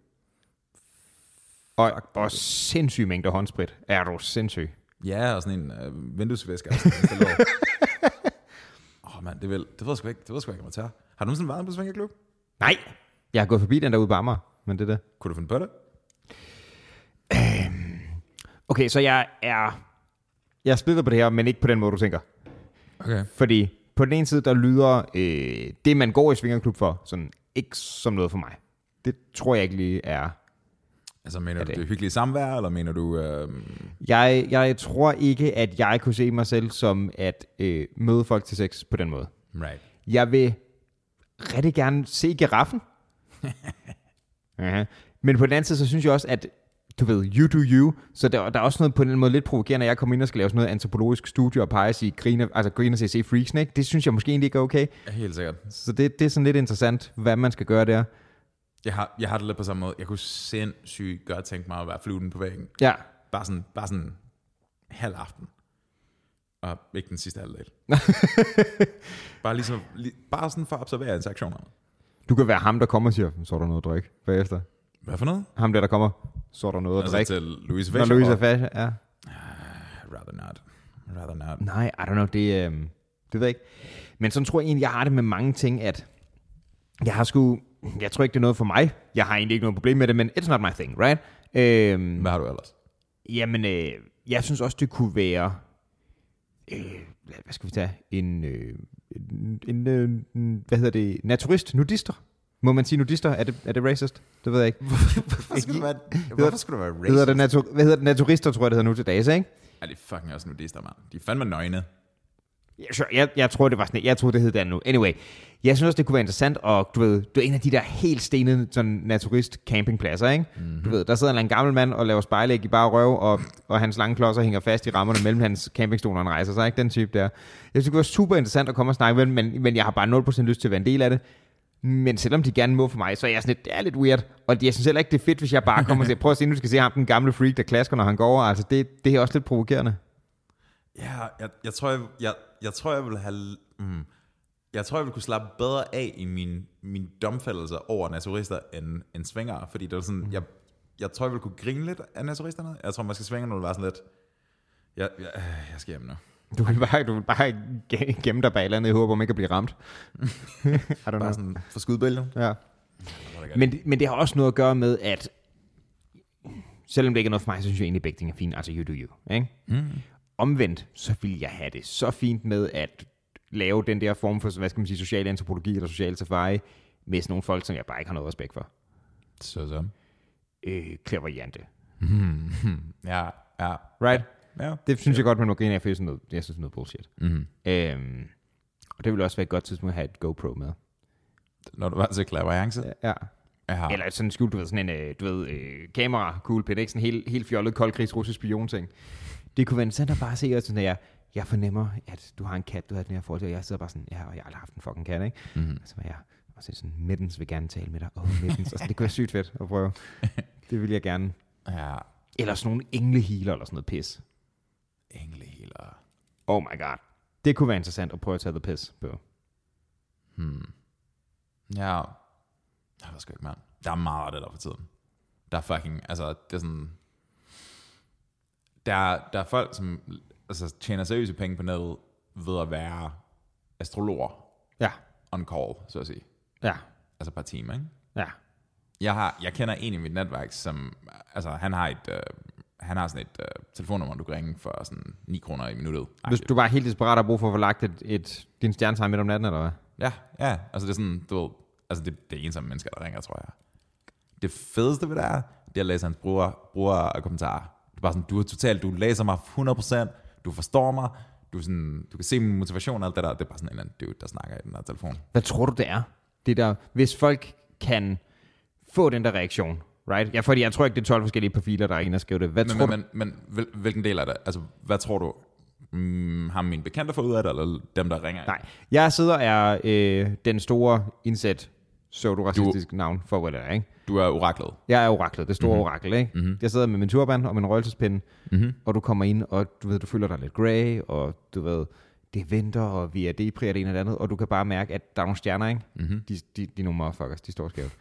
S1: Og, og sindssyg mængde håndsprit. Er du sindssyg?
S3: Ja, og sådan en øh, vinduesvisker. og sådan [laughs] en Åh oh, mand, det, vil, det ved jeg sgu ikke, det ved jeg sgu ikke, om jeg tager. Har du nogensinde været på svingerklub?
S1: Nej! Jeg har gået forbi den derude på Amager, men det er det.
S3: Kunne du finde på det?
S1: Okay, så jeg er... Jeg er splittet på det her, men ikke på den måde, du tænker.
S3: Okay.
S1: Fordi på den ene side, der lyder øh, det, man går i svingerklub for, sådan ikke som noget for mig. Det tror jeg ikke lige er.
S3: Altså, mener du
S1: det?
S3: det, det hyggelige samvær, eller mener du... Øh,
S1: Jeg, jeg tror ikke, at jeg kunne se mig selv som at øh, møde folk til sex på den måde.
S3: right.
S1: Jeg vil rigtig gerne se giraffen. Aha. Men på den anden side, så synes jeg også, at du ved, you do you, så der, der er også noget på den måde lidt provokerende, at jeg kommer ind og skal lave sådan noget antropologisk studie og pege og sige, griner, altså griner til at se freaksen, ikke? Det synes jeg måske egentlig ikke er okay.
S3: Ja, Helt sikkert.
S1: Så det, det er sådan lidt interessant, hvad man skal gøre der.
S3: Jeg har, jeg har det lidt på samme måde. Jeg kunne sindssygt godt tænke mig at være fluten på væggen.
S1: Ja.
S3: Bare sådan, bare sådan halv aften. Og ikke den sidste [laughs] halvdel. bare, ligesom, lige, bare sådan for at observere interaktionerne.
S1: Du kan være ham, der kommer og siger, så er der noget at drikke bagefter.
S3: Hvad for noget?
S1: Ham der, der kommer, så er der noget at
S3: Altså
S1: drikke.
S3: til Louise
S1: Når
S3: Fischer.
S1: Louise er fast, ja.
S3: Rather not. Rather not.
S1: Nej, I don't know, det, øh, det ved jeg ikke. Men sådan tror jeg egentlig, jeg har det med mange ting, at jeg har sgu, jeg tror ikke, det er noget for mig. Jeg har egentlig ikke noget problem med det, men it's not my thing, right? Øhm,
S3: Hvad har du ellers?
S1: Jamen, øh, jeg synes også, det kunne være... Øh, hvad skal vi tage? En, øh, en, en, øh, en hvad hedder det? Naturist? Nudister? Må man sige nudister? Er det, er det racist? Det ved jeg ikke.
S3: Hvorfor skulle du være,
S1: hvorfor
S3: skulle du være
S1: Hvad hedder det, natu- hvad hedder det naturister, tror jeg, det hedder nu til dags, ikke?
S3: Ja, det er fucking også nudister, mand. De er fandme nøgne.
S1: Ja, sure. Jeg, jeg tror, det var sådan, jeg tror, det hed det nu. Anyway, jeg synes også, det kunne være interessant, og du ved, du er en af de der helt stenede sådan naturist campingpladser, ikke? Mm-hmm. Du ved, der sidder en eller anden gammel mand og laver spejlæg i bare røv, og, og hans lange klodser hænger fast i rammerne mellem hans campingstol, og han rejser sig, ikke? Den type der. Jeg synes, det kunne være super interessant at komme og snakke med dem, men, men jeg har bare 0% lyst til at være en del af det. Men selvom de gerne må for mig, så er jeg sådan lidt, det er lidt weird. Og jeg synes heller ikke, det er fedt, hvis jeg bare kommer og siger, prøv at se, nu skal jeg se ham, den gamle freak, der klasker, når han går over. Altså, det, det er også lidt provokerende.
S3: Ja, jeg, jeg, tror, jeg, jeg, jeg tror, jeg ville have... Mm, jeg tror, jeg ville kunne slappe bedre af i min, min domfældelse over naturister end, end svinger, fordi det er sådan, jeg, jeg tror, jeg ville kunne grine lidt af naturisterne. Jeg tror, man skal svinge, når det var sådan lidt... Jeg, jeg, øh, jeg skal hjem nu.
S1: Du vil bare, du vil bare ge- gemme dig bag et eller andet i håb om ikke at blive
S3: [laughs]
S1: ramt. I don't know.
S3: Bare sådan for skudbælgen.
S1: Ja.
S3: godt.
S1: Men, men det har også noget at gøre med, at selvom det ikke er noget for mig, så synes jeg egentlig, at begge ting er fint. Altså, you do you. Ikke? Mm. Omvendt, så vil jeg have det så fint med at lave den der form for, hvad skal man sige, social antropologi eller social safari med sådan nogle folk, som jeg bare ikke har noget respekt for.
S3: Så så. [laughs]
S1: Øh, klaverjante.
S3: Ja, ja.
S1: Right?
S3: Ja.
S1: Det synes jeg godt, man må grine af, for jeg synes, noget, jeg synes det er noget bullshit. Mm. Øhm, og det ville også være et godt tidspunkt at have et GoPro med.
S3: Når du var til klaverance.
S1: Ja.
S3: Ja.
S1: Eller sådan en skjult, du ved, sådan en, øh, du ved, øh, kamera, kuglepen, ikke? Sådan en helt, helt fjollet koldkrigs russisk spion ting. Det kunne være interessant at bare se, og sådan der, jeg fornemmer, at du har en kat, du har den her forhold til, og jeg sidder bare sådan, ja, og jeg har aldrig haft en fucking kat, ikke?
S3: Mm-hmm.
S1: Og så var jeg, og så er det sådan, Mittens vil gerne tale med dig. Åh, oh, Mittens. altså, det kunne være sygt fedt at prøve. Det vil jeg gerne.
S3: Ja,
S1: Eller sådan nogle englehealer eller sådan noget pis.
S3: englehealer.
S1: Oh my god. Det kunne være interessant at prøve at tage the piss på.
S3: Hmm. Ja, jeg ved sgu ikke, mand. Der er meget af det der for tiden. Der er fucking, altså, det er sådan... Der, er- der er folk, som altså, tjener seriøse penge på nettet ved at være astrologer
S1: Ja,
S3: on call, så at sige.
S1: ja,
S3: Altså per time, ikke?
S1: ja.
S3: Jeg, har, jeg kender en i mit netværk, som... Altså, han har et... Øh, han har sådan et øh, telefonnummer, du kan ringe for sådan 9 kroner i minuttet.
S1: Hvis du bare er helt desperat og har brug for at få lagt et, et, din stjernetegn midt om natten, eller hvad?
S3: Ja, ja. Altså det er sådan, du ved, altså det, det er ensomme mennesker, der ringer, tror jeg. Det fedeste ved det er, det er at læse hans bruger, bruger og kommentarer. Det er bare sådan, du er totalt, du læser mig 100%, du forstår mig, du, er sådan, du kan se min motivation og alt det der. Det er bare sådan en eller anden dude, der snakker i den her telefon.
S1: Hvad tror du, det er? Det der, hvis folk kan få den der reaktion, right? Ja, fordi jeg tror ikke, det er 12 forskellige profiler, der er inde og skrive det. Hvad
S3: Men,
S1: tror
S3: men,
S1: du?
S3: men, men hvil, hvilken del er det? Altså, hvad tror du, mm, har mine bekendte fået ud af det, eller dem, der ringer?
S1: Nej, jeg sidder og er øh, den store indsæt pseudo-racistisk navn for, hvad det er, ikke?
S3: Du er oraklet.
S1: Jeg er oraklet, det store
S3: Mhm.
S1: mm-hmm. orakel, ikke? Mm-hmm. Jeg sidder med min turban og min røgelsespinde, mm-hmm. og du kommer ind, og du ved, du føler dig lidt grey, og du ved, det er vinter, og vi er depri og det ene og det andet, og du kan bare mærke, at der er nogle stjerner, ikke? Mm-hmm. De, de, de er nogle motherfuckers, de står skævt.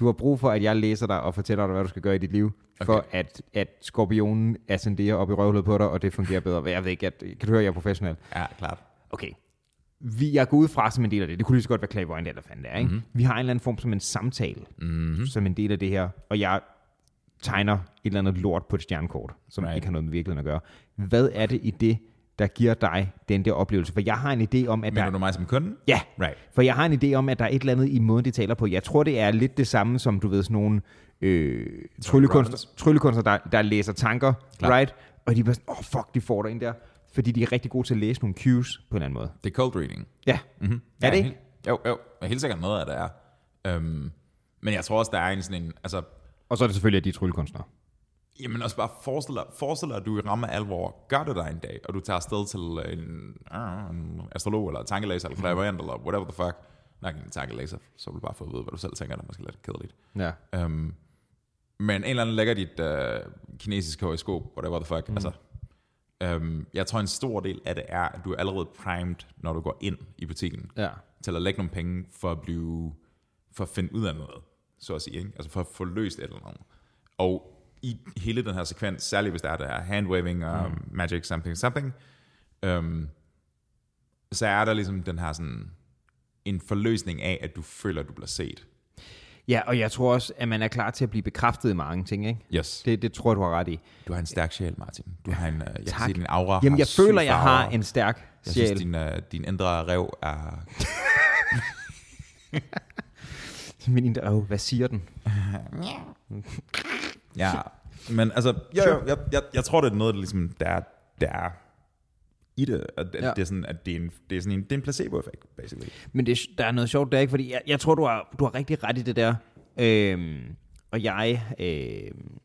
S1: Du har brug for, at jeg læser dig og fortæller dig, hvad du skal gøre i dit liv, okay. for at, at skorpionen ascenderer op i røvhullet på dig, og det fungerer bedre. Jeg ved ikke, at, kan du høre, at jeg er professionel?
S3: Ja, klart.
S1: okay, vi, jeg går ud fra som en del af det. Det kunne lige så godt være clairvoyant eller hvad fanden det er. Ikke?
S3: Mhm.
S1: Mm-hmm. Vi har en eller anden form som en samtale, mm-hmm. som en del af det her, og jeg tegner et eller andet lort på et stjernekort, som right.
S3: Right.
S1: ikke har noget med virkeligheden at gøre. Hvad er det i det, der giver dig den der oplevelse? For jeg har en idé om, at
S3: Mener
S1: der...
S3: du mig som kunde?
S1: Ja,
S3: Right.
S1: for jeg har en idé om, at der er et eller andet i måden, de taler på. Jeg tror, det er lidt det samme som, du ved, sådan nogle øh, tryllekunstner, tryllekunstner der, der læser tanker, Klar.
S3: Klart.
S1: right? Og de er bare sådan, åh oh, fuck, de får dig ind der. Fordi de er rigtig gode til at læse nogle cues på en eller anden måde.
S3: Det er cold reading.
S1: Mhm. Ja.
S3: Mm-hmm.
S1: Er det ikke?
S3: Jo, jo. Jeg er helt sikkert noget af det er. Øhm, men jeg tror også, der er en sådan en... Altså,
S1: Og så er det selvfølgelig, at de er tryllekunstnere.
S3: jamen også bare forestil dig, forestil dig, at du i ramme alvor gør det dig en dag, og du tager afsted til en, øh, en astrolog, eller en tankelæser, eller clairvoyant, eller whatever the fuck. Nok en tankelæser, så vil du bare få at vide, hvad du selv tænker, det er måske lidt kedeligt.
S1: Ja.
S3: Øhm, men en eller anden lægger dit øh, kinesiske horoskop, whatever the fuck. Mm. Altså, øhm, jeg tror, en stor del af det er, at du er allerede primed, når du går ind i butikken.
S1: ja.
S3: til at lægge nogle penge for at blive for at finde ud af noget, så at sige, ikke? altså for at få løst et eller andet. Og i hele den her sekvens, særligt hvis der er det her handwaving og mm. magic something something, øhm, så er der ligesom den her sådan en forløsning af, at du føler, at du bliver set.
S1: Ja, og jeg tror også, at man er klar til at blive bekræftet i mange ting, ikke?
S3: Yes.
S1: Det, det tror jeg, du har ret i.
S3: Du har en stærk sjæl, Martin. Du har en, øh, jeg kan
S1: Tak.
S3: se, din aura
S1: Jamen,
S3: har
S1: jeg
S3: syv
S1: føler, jeg har
S3: farver.
S1: en stærk
S3: Jeg
S1: sjæl.
S3: synes, din, øh, din indre rev er...
S1: [laughs] Min indre, oh, hvad siger den?
S3: Ja, men altså, jo, jo, jeg, jeg, jeg tror, det er noget, der, ligesom, der, er- der er i det, at, at,
S1: Ja.
S3: ja. det, er sådan, at det, er en, det er sådan en, det er en placebo-effekt, basically.
S1: Men det, der er noget sjovt der, ikke? Fordi jeg, jeg tror, du har, du har rigtig ret i det der. Øhm, og jeg, øhm,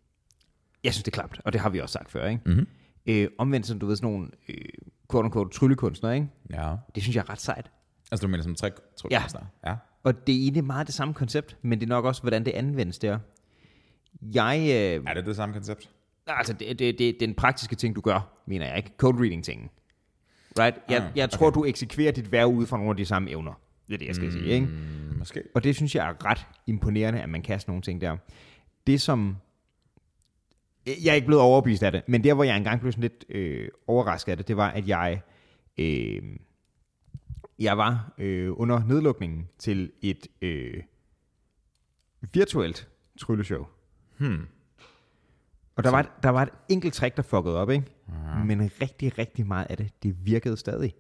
S1: jeg synes, det er klamt, og det har vi også sagt før, ikke? Mm-hmm. Øh, omvendt som du ved, sådan nogle øh, quote unquote tryllekunstnere, ikke?
S3: Ja.
S1: Det synes jeg er ret sejt.
S3: Altså, du mener som træk, tryk,
S1: Ja.
S3: ja.
S1: Og det er egentlig meget det samme koncept, men det er nok også, hvordan det anvendes der. Jeg, øh,
S3: Er det det samme koncept?
S1: Altså, det, det, det, den praktiske ting, du gør, mener jeg ikke. Code reading-tingen. Right? Jeg,
S3: Ah,
S1: jeg tror, du eksekverer dit værv ud fra nogle af de samme evner. Det er det, jeg skal mm. sige, ikke?
S3: Mm, måske.
S1: Og det synes jeg er ret imponerende, at man kan sådan nogle ting der. Det som... Jeg er ikke blevet overbevist af det, men der, hvor jeg engang blev sådan lidt øh, overrasket af det, det var, at jeg... Øh, jeg var øh, under nedlukningen til et øh, virtuelt trylleshow. Hmm. Og der var, et, der var et enkelt trick, der fuckede op, ikke? Uh-huh. Men rigtig, rigtig meget af det, det virkede stadig.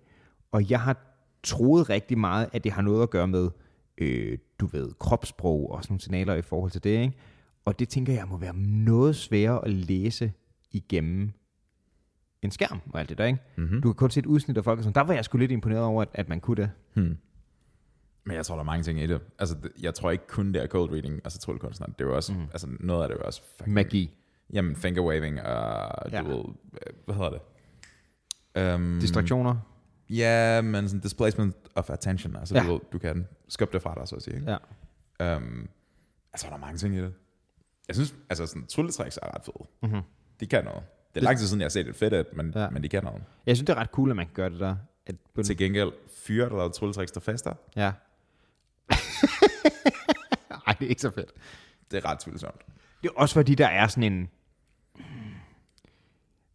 S1: Og jeg har troet rigtig meget, at det har noget at gøre med, øh, du ved, kropssprog og sådan nogle signaler i forhold til det, ikke? Og det tænker jeg må være noget sværere at læse igennem en skærm og alt det der, ikke? Mm-hmm. Du kan kun se et udsnit af folk og sådan. Der var jeg sgu lidt imponeret over, at, at man kunne det.
S3: Hmm. Men jeg tror, der er mange ting i det. Altså, det- jeg tror ikke kun det er cold reading, altså tryllekunstner. Det er jo også, mm. altså noget af det er jo også... Fucking,
S1: Magi.
S3: Jamen, finger waving og,
S1: Ja.
S3: du ved, øh, hvad hedder det?
S1: Mm.
S3: Øhm,
S1: Distraktioner.
S3: Ja, men sådan displacement of attention. Altså, ja.
S1: Ja.
S3: du, ved, du kan skubbe det fra dig, så at sige. Ikke?
S1: Ja.
S3: Ja. Øhm, altså, der er mange ting i det. Jeg synes, altså sådan trylletricks er ret fede.
S1: Mm-hmm.
S3: De kan noget. Mhm. Det er lang tid siden, jeg har set et fedt ad, men, ja.
S1: Ja.
S3: men de kan noget.
S1: Jeg synes, det er ret cool, at man kan gøre det der. At på den-
S3: Til gengæld, fyre, der lavede trylletricks, der fester,
S1: Ja. [laughs] Ej, det er ikke så fedt.
S3: det er ret tvivlsomt.
S1: Det er også fordi, der er sådan en...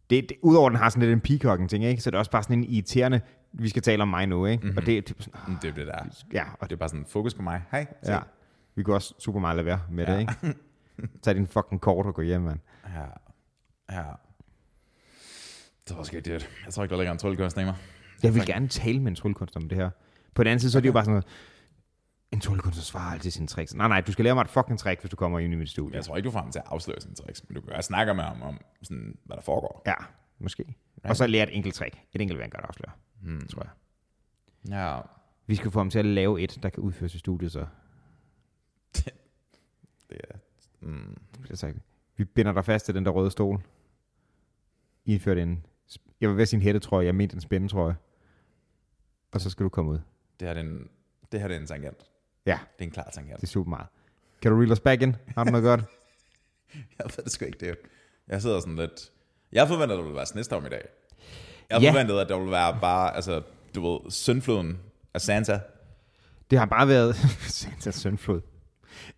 S1: Det, det, udover den har sådan lidt en peacocken ting, ikke? så det er også bare sådan en irriterende, vi skal tale om mig nu, ikke? Mm-hmm. Og det er typ sådan,
S3: Men det er jo det, der er.
S1: ja, og
S3: Og det er bare sådan, fokus på mig. Hej. se.
S1: ja, vi kunne også super meget lade være med ja.
S3: Ja.
S1: det, [laughs] ikke? Tag din fucking kort og gå hjem, mand.
S3: Ja. Ja. Det var sgu ikke det. Jeg tror ikke, der ligger en tryllekunst i mig.
S1: Jeg vil gerne tale med en tryllekunst om det her. På den anden side, så er det jo bare sådan noget, en tryllekunstner svarer altid sine tricks. Nej, nej, du skal lære mig et fucking trick, hvis du kommer ind i mit studie.
S3: Jeg tror ikke, du får ham til at afsløre sine tricks, men du kan godt snakke med ham om, sådan, hvad der foregår.
S1: Ja, måske. Og så lære et enkelt trick. Et enkelt vil han godt afsløre, hmm. tror jeg.
S3: Ja.
S1: Vi skal få ham til at lave et, der kan udføres i studiet, så
S3: Det er... Mm.
S1: bliver sagt, vi binder dig fast til den der røde stol. Indført en, sp- jeg vil være sin hættetrøje, jeg mente en spændetrøje. Og så skal du komme ud.
S3: Det her, det er en, det her det er en tangent.
S1: Ja,
S3: Det er en klar tangent. [laughs]
S1: det er super meget. Kan du reel os back in? Har du noget godt?
S3: Jeg ved det sgu ikke, det er. Jeg sidder sådan lidt... Jeg forventede, at der ville være snestorm i dag. Jeg
S1: Ja.
S3: forventede, at der ville være bare, altså, du ved, syndfloden af Santa.
S1: Det har bare været... [laughs] Santa Søndflod.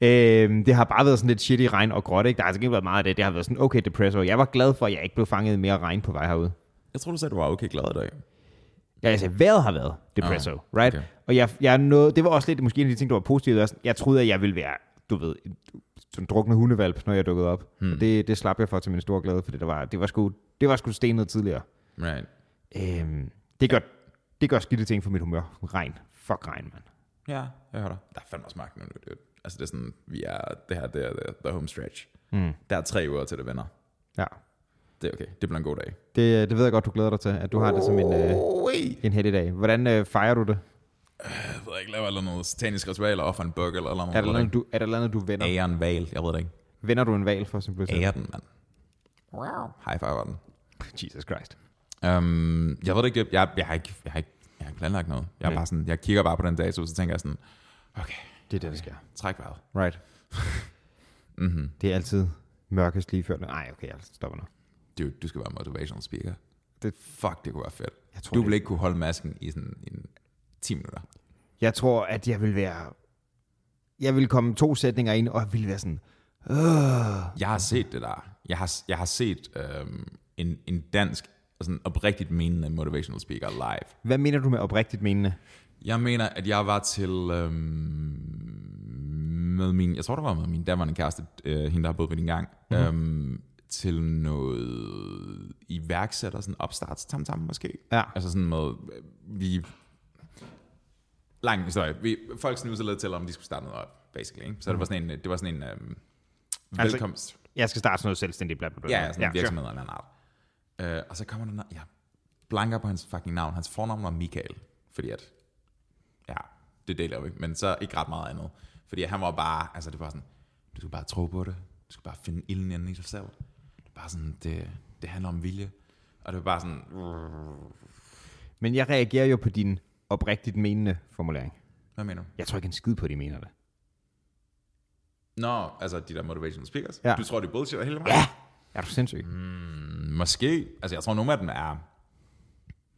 S1: Øhm, det har bare været sådan lidt shitty regn og gråt, ikke? Der har altså ikke været meget af det. Det har været sådan, okay, depressor. Jeg var glad for, at jeg ikke blev fanget i mere regn på vej herude.
S3: Jeg tror, du sagde, du var okay glad i dag.
S1: Ja, altså, vejret har været depresso,
S3: Ah,
S1: right?
S3: okay.
S1: Okay. Og jeg, jeg nåede, det var også lidt måske en af de ting, der var positivt. Også. Jeg troede, at jeg ville være, du ved, en- sådan en drukne hundevalp, når jeg dukkede op. Hmm. Og det, det slap jeg for til min store glæde, for det var, det var sgu, det var sgu stenet tidligere.
S3: Right.
S1: Øhm, det, gør, det gør skidte ting for mit humør. Regn. Fuck regn, mand.
S3: Ja, jeg hører dig. Der er fandme også magt nu. Det, altså, det er sådan, vi er, det her, det er the, the home stretch.
S1: Mm.
S3: Der er tre uger til det vender.
S1: Ja.
S3: Det er okay. Det bliver en god dag.
S1: Det, det ved jeg godt, du glæder dig til, at du har det som en, øh,
S3: Oi.
S1: en heldig dag. Hvordan øh, fejrer du det?
S3: Jeg ved ikke, laver eller noget satanisk ritual eller offer en bøk eller noget.
S1: Er der,
S3: noget?
S1: noget, du, er der noget, du vender?
S3: Ære en val, jeg ved det ikke.
S1: Vender du en val for simpelthen?
S3: Ære den, mand. Wow. High five den.
S1: Jesus Christ.
S3: Um, jeg ved det ikke, jeg, jeg, jeg, har ikke, jeg, har ikke, jeg har ikke planlagt noget. Jeg, er
S1: Nej.
S3: bare sådan, jeg kigger bare på den dato, så tænker jeg sådan, okay,
S1: Det er det, der sker.
S3: træk vejret.
S1: Right.
S3: Mm-hmm.
S1: Det er altid mørkest lige før. Nej, okay, jeg stopper nu.
S3: Du, du skal være motivational speaker.
S1: Det-
S3: Fuck, det kunne være fedt.
S1: Jeg tror,
S3: Du
S1: det-
S3: ville ikke kunne holde masken i sådan en 10 minutter.
S1: Jeg tror, at jeg vil være... Jeg vil komme to sætninger ind, og jeg vil være sådan... Øh,
S3: Jeg har set det der. Jeg har, jeg har set øhm, en, en dansk, sådan oprigtigt menende motivational speaker live.
S1: hvad mener du med oprigtigt menende?
S3: Jeg mener, at jeg var til øhm, med min, jeg tror, det var med min daværende kæreste, øh, hende, der har boet ved din gang,
S1: Mhm.
S3: mm-hmm. øhm, til noget iværksætter, sådan opstartstamtam måske.
S1: Ja.
S3: Altså sådan med, øh, vi... Lang historie. Vi, folk snuser lidt til, om de skulle starte noget op, basically. Ikke? Så det var sådan en, øh, det var sådan en øhm,
S1: Mhm. Altså-
S3: velkomst.
S1: Jeg skal starte sådan noget selvstændigt, bla bla bla.
S3: Ja, ja, sådan en
S1: sure.
S3: virksomhed eller en art. Øh, og så kommer der, jeg blanker på hans fucking navn. Hans fornavn var Michael, fordi at, ja, det deler vi, ikke, men så ikke ret meget andet. Fordi han var bare, altså det var sådan, du skal bare tro på det, du skal bare finde ilden inden i dig selv. Det er bare sådan, det, det handler om vilje. Og det var bare sådan,
S1: Men jeg reagerer jo på din oprigtigt menende formulering.
S3: hvad mener du?
S1: Jeg tror ikke en skid på, at de mener det.
S3: Nå, altså de der motivational speakers.
S1: Ja.
S3: Du tror, det er bullshit hele vejen?
S1: Er du sindssyg? Mm.
S3: Måske. Altså, jeg tror, nogle af dem er...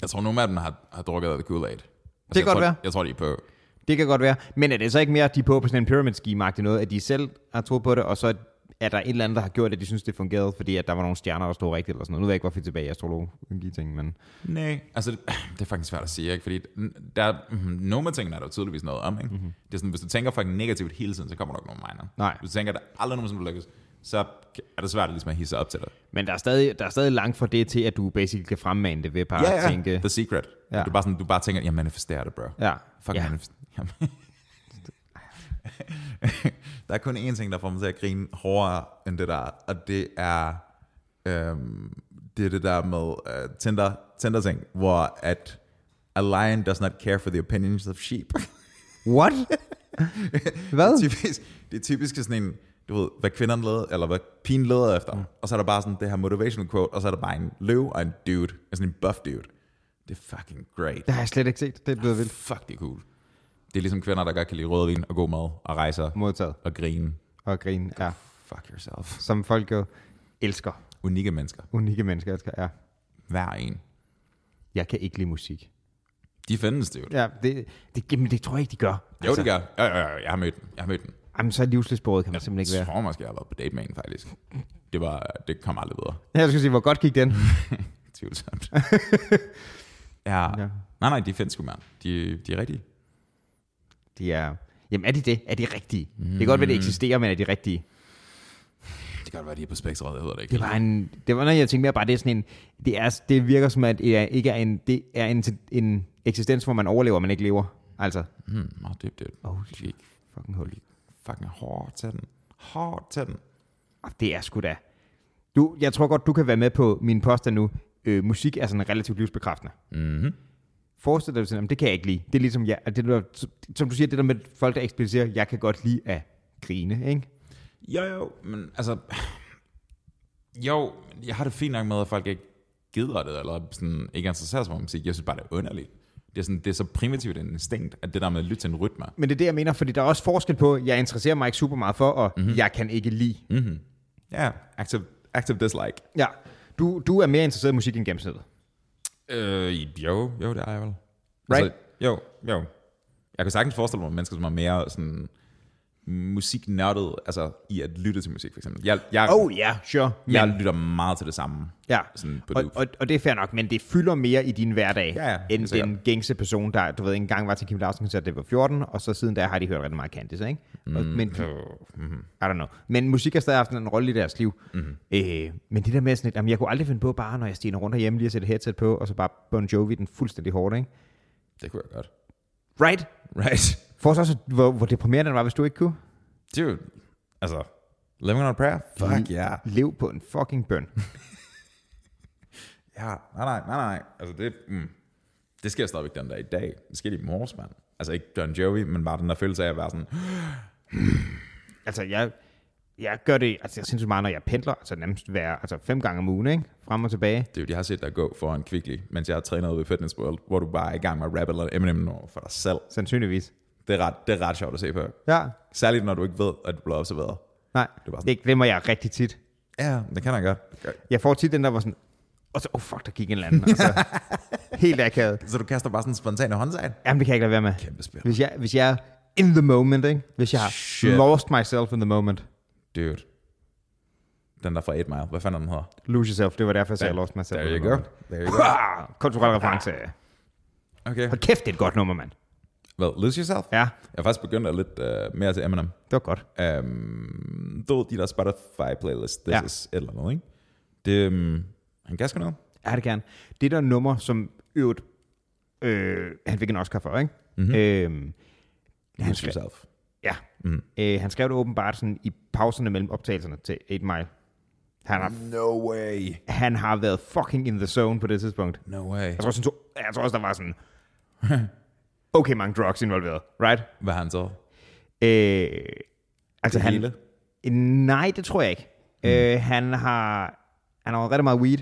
S3: Jeg tror, nogle af dem har, har drukket af the Kool-Aid. Altså,
S1: kan
S3: jeg
S1: godt
S3: tror,
S1: være.
S3: Jeg tror, de er på.
S1: Det kan godt være. Men er det så ikke mere, at de er på på sådan en pyramid scheme noget, at de selv har tro på det, og så er der et eller andet, der har gjort, at de synes, det fungerede, fordi at der var nogle stjerner, der stod rigtigt eller sådan noget. Nu ved jeg ikke, hvorfor vi er tilbage i astrologi-ting, men...
S3: Nej, altså [clears throat] det, det er faktisk svært at sige, ikke? fordi der, er- mhm, nogle af tingene er der jo tydeligvis noget om. Ikke? Mm-hmm. Det er sådan, hvis du tænker fucking negativt hele tiden, så kommer der ikke nogen minor.
S1: Nej.
S3: Hvis du tænker, at der aldrig nogensinde vil lykkes, så er det svært at, ligesom at hisse op til det.
S1: Men der er, stadig, der er stadig langt fra det til, at du basically kan fremmane det ved bare at tænke...
S3: The secret.
S1: Ja.
S3: Ja. Du, bare sådan, du bare tænker, jeg manifesterer det, bro.
S1: Ja.
S3: Fuck
S1: ja.
S3: ja. manifesterer. [laughs] der er kun én ting, der får mig til at grine hårdere end det der, og det er, øhm, det, er det der med øh, Tinder, Tinder-ting, hvor at a lion does not care for the opinions of sheep.
S1: What?
S3: Det
S1: [laughs] Hvad?
S3: er typisk, det er typisk sådan en, du ved, hvad kvinderne leder, eller hvad pigen leder efter. Mm. Og så er der bare sådan det her motivational quote, og så er der bare en løve og en dude, altså en buff dude. Det er fucking great.
S1: Det har jeg slet ikke set. Det er blevet vildt.
S3: Fuck, det er cool. Det er ligesom kvinder, der godt kan lide rødvin og god mad og rejser
S1: Modtaget
S3: og grine.
S1: og grine. Ja.
S3: Fuck yourself.
S1: Som folk jo elsker.
S3: Unikke mennesker.
S1: Unikke mennesker elsker. Ja.
S3: Hver en.
S1: Jeg kan ikke lide musik.
S3: De findes det jo.
S1: Ja, det, det, jamen, det tror jeg ikke, de gør. Altså,
S3: Jo, det gør. Jo, jo, jo, jeg har mødt dem. Jeg har mødt dem.
S1: Jamen, så livslæsbordet kan man simpelthen
S3: Jeg
S1: ikke være.
S3: tror måske, jeg har været på date med en, faktisk. Det, var, det kom aldrig videre.
S1: Jeg skal sige, hvor godt gik den.
S3: [laughs] Tvivlsomt. ja. ja. Nej, nej, de findes sgu, mand. De, de er rigtige.
S1: De er... Jamen, er de det? Er de rigtige? Mm. Det kan godt være, det eksisterer, men er de rigtige?
S3: Det kan godt være, de er på spektret, jeg hedder det ikke.
S1: Det var en... Det var noget, jeg tænkte mere bare, det er sådan en... Det, er, det virker som, at det er- ikke er en... Det er en, en eksistens, hvor man overlever, men ikke lever. Altså,
S3: Mm, meget dybt, det.
S1: Oh,
S3: de gik
S1: fucking hul.
S3: fucking hårdt til den. Hårdt til den.
S1: Ah, Det er sgu da. Du, jeg tror godt, du kan være med på min påstand nu. Øh, musik er sådan relativt livsbekræftende.
S3: Mm-hmm.
S1: Forestil dig sådan, "Jamen, det kan jeg ikke lide. Det er ligesom, jeg, og det, der, som du siger, det der med folk, der eksplicerer, jeg kan godt lide at grine, ikke?
S3: Jo, jo, men altså... Jo, men jeg har det fint nok med, at folk ikke gider det, eller sådan, ikke interesserer sig for musik. Jeg synes bare, det er underligt. Det er, sådan, det er så primitivt et instinkt, at det der med at lytte til en rytme.
S1: Men det er det, jeg mener, fordi der er også forskel på, jeg interesserer mig ikke super meget for, og mm-hmm. jeg kan ikke lide. Mm.
S3: Ja, active, active dislike.
S1: Ja, du, du er mere interesseret i musik end gennemsnittet.
S3: Øh, jo, jo, det er jeg vel. Altså,
S1: Right?
S3: jo, jo. Jeg kan sagtens forestille mig, at mennesker, som er mere sådan musiknørdet, altså i at lytte til musik, for eksempel. Jeg, jeg,
S1: Oh ja, yeah, sure. Men,
S3: jeg lytter meget til det samme.
S1: ja.
S3: Altså, Sådan på
S1: og,
S3: loop.
S1: og, og, det er fair nok, men det fylder mere i din hverdag,
S3: Ja, ja,
S1: end
S3: helt sikkert.
S1: den gængse person, der, du ved, engang var til Kim Larsen koncert, det var 14, og så siden der har de hørt rigtig meget Candice, ikke?
S3: Mm,
S1: Og, men,
S3: Mm-hmm.
S1: I don't know. Men musik har stadig haft en rolle i deres liv. Mm-hmm. Øh, men det der med sådan lidt, jamen, jeg kunne aldrig finde på bare, når jeg stener rundt herhjemme, lige at sætte et headset på, og så bare Bon Jovi den fuldstændig hårdt, ikke?
S3: Det kunne jeg godt.
S1: Right?
S3: Right?
S1: For så også, hvor, hvor deprimerende det var, hvis du ikke kunne.
S3: Dude, altså, living on a prayer? Fuck ja. Yeah.
S1: Lev på en fucking bøn.
S3: Ja, nej, nej, nej, nej. Altså, det, mm, det sker stadigvæk den dag i dag. Det sker i morges, mand. Altså, ikke John Joey, men bare den der følelse af at være sådan,
S1: altså, jeg, jeg gør det, altså jeg synes meget, når jeg pendler, altså nærmest hver, altså fem gange om ugen, ikke? Frem og tilbage.
S3: det er jo, de har set dig gå foran Kvickly, mens jeg har trænet ude i Fitness World, hvor du bare er i gang med at rappe eller Eminem over for dig selv.
S1: Sandsynligvis.
S3: Det er ret, det er ret sjovt at se på.
S1: Ja.
S3: Særligt, når du ikke ved, at du bliver observeret.
S1: Nej,
S3: er bare sådan-
S1: det glemmer jeg rigtig tit.
S3: Ja, det kan jeg godt. Okay.
S1: Jeg får tit den der, hvor sådan, og så, oh fuck, der gik en eller anden. Og
S3: [laughs]
S1: så, helt akavet.
S3: Så du kaster bare sådan en spontan håndsag?
S1: Jamen, det kan jeg ikke lade være med.
S3: Kæmpe spil.
S1: Hvis jeg, hvis jeg er in the moment, ikke? Hvis jeg har
S3: Shit.
S1: lost myself in the moment.
S3: Dude. Den der fra 8 Mile. Hvad fanden er den hedder?
S1: Lose yourself, det var derfor, jeg sagde, jeg lost myself
S3: There
S1: in
S3: you
S1: the
S3: go.
S1: moment.
S3: There you go.
S1: Ah, kulturel reference.
S3: Okay.
S1: Hold kæft, det er et godt nummer, mand.
S3: Hvad? Lose Yourself?
S1: Ja,
S3: Jeg har faktisk begyndt at lidt uh, mere til Eminem.
S1: det var godt.
S3: Um, du ved, de der Spotify playlist, this
S1: Ja.
S3: ja. is et eller andet, ikke? Det, um, han kan sgu noget.
S1: Ja, det gerne. Det der nummer, som øvrigt, øh, han fik en Oscar for, ikke?
S3: Mhm.
S1: Mm-hmm. Øh, han,
S3: Lose
S1: skrev,
S3: Yourself.
S1: ja.
S3: Mhm.
S1: Mm. Øh, han skrev det åbenbart sådan i pauserne mellem optagelserne til 8 Mile.
S3: Ah.
S1: Han har,
S3: No way.
S1: han har været fucking in the zone på det tidspunkt.
S3: No way.
S1: Jeg tror, sådan to, jeg tror også, der
S3: [laughs]
S1: var sådan... Okay, mange drugs involveret, right?
S3: Hvad har han så?
S1: Øh, altså
S3: Det
S1: han,
S3: hele?
S1: Øh, Nej, det tror jeg ikke. Mm. Øh, han har han har røget rigtig meget weed.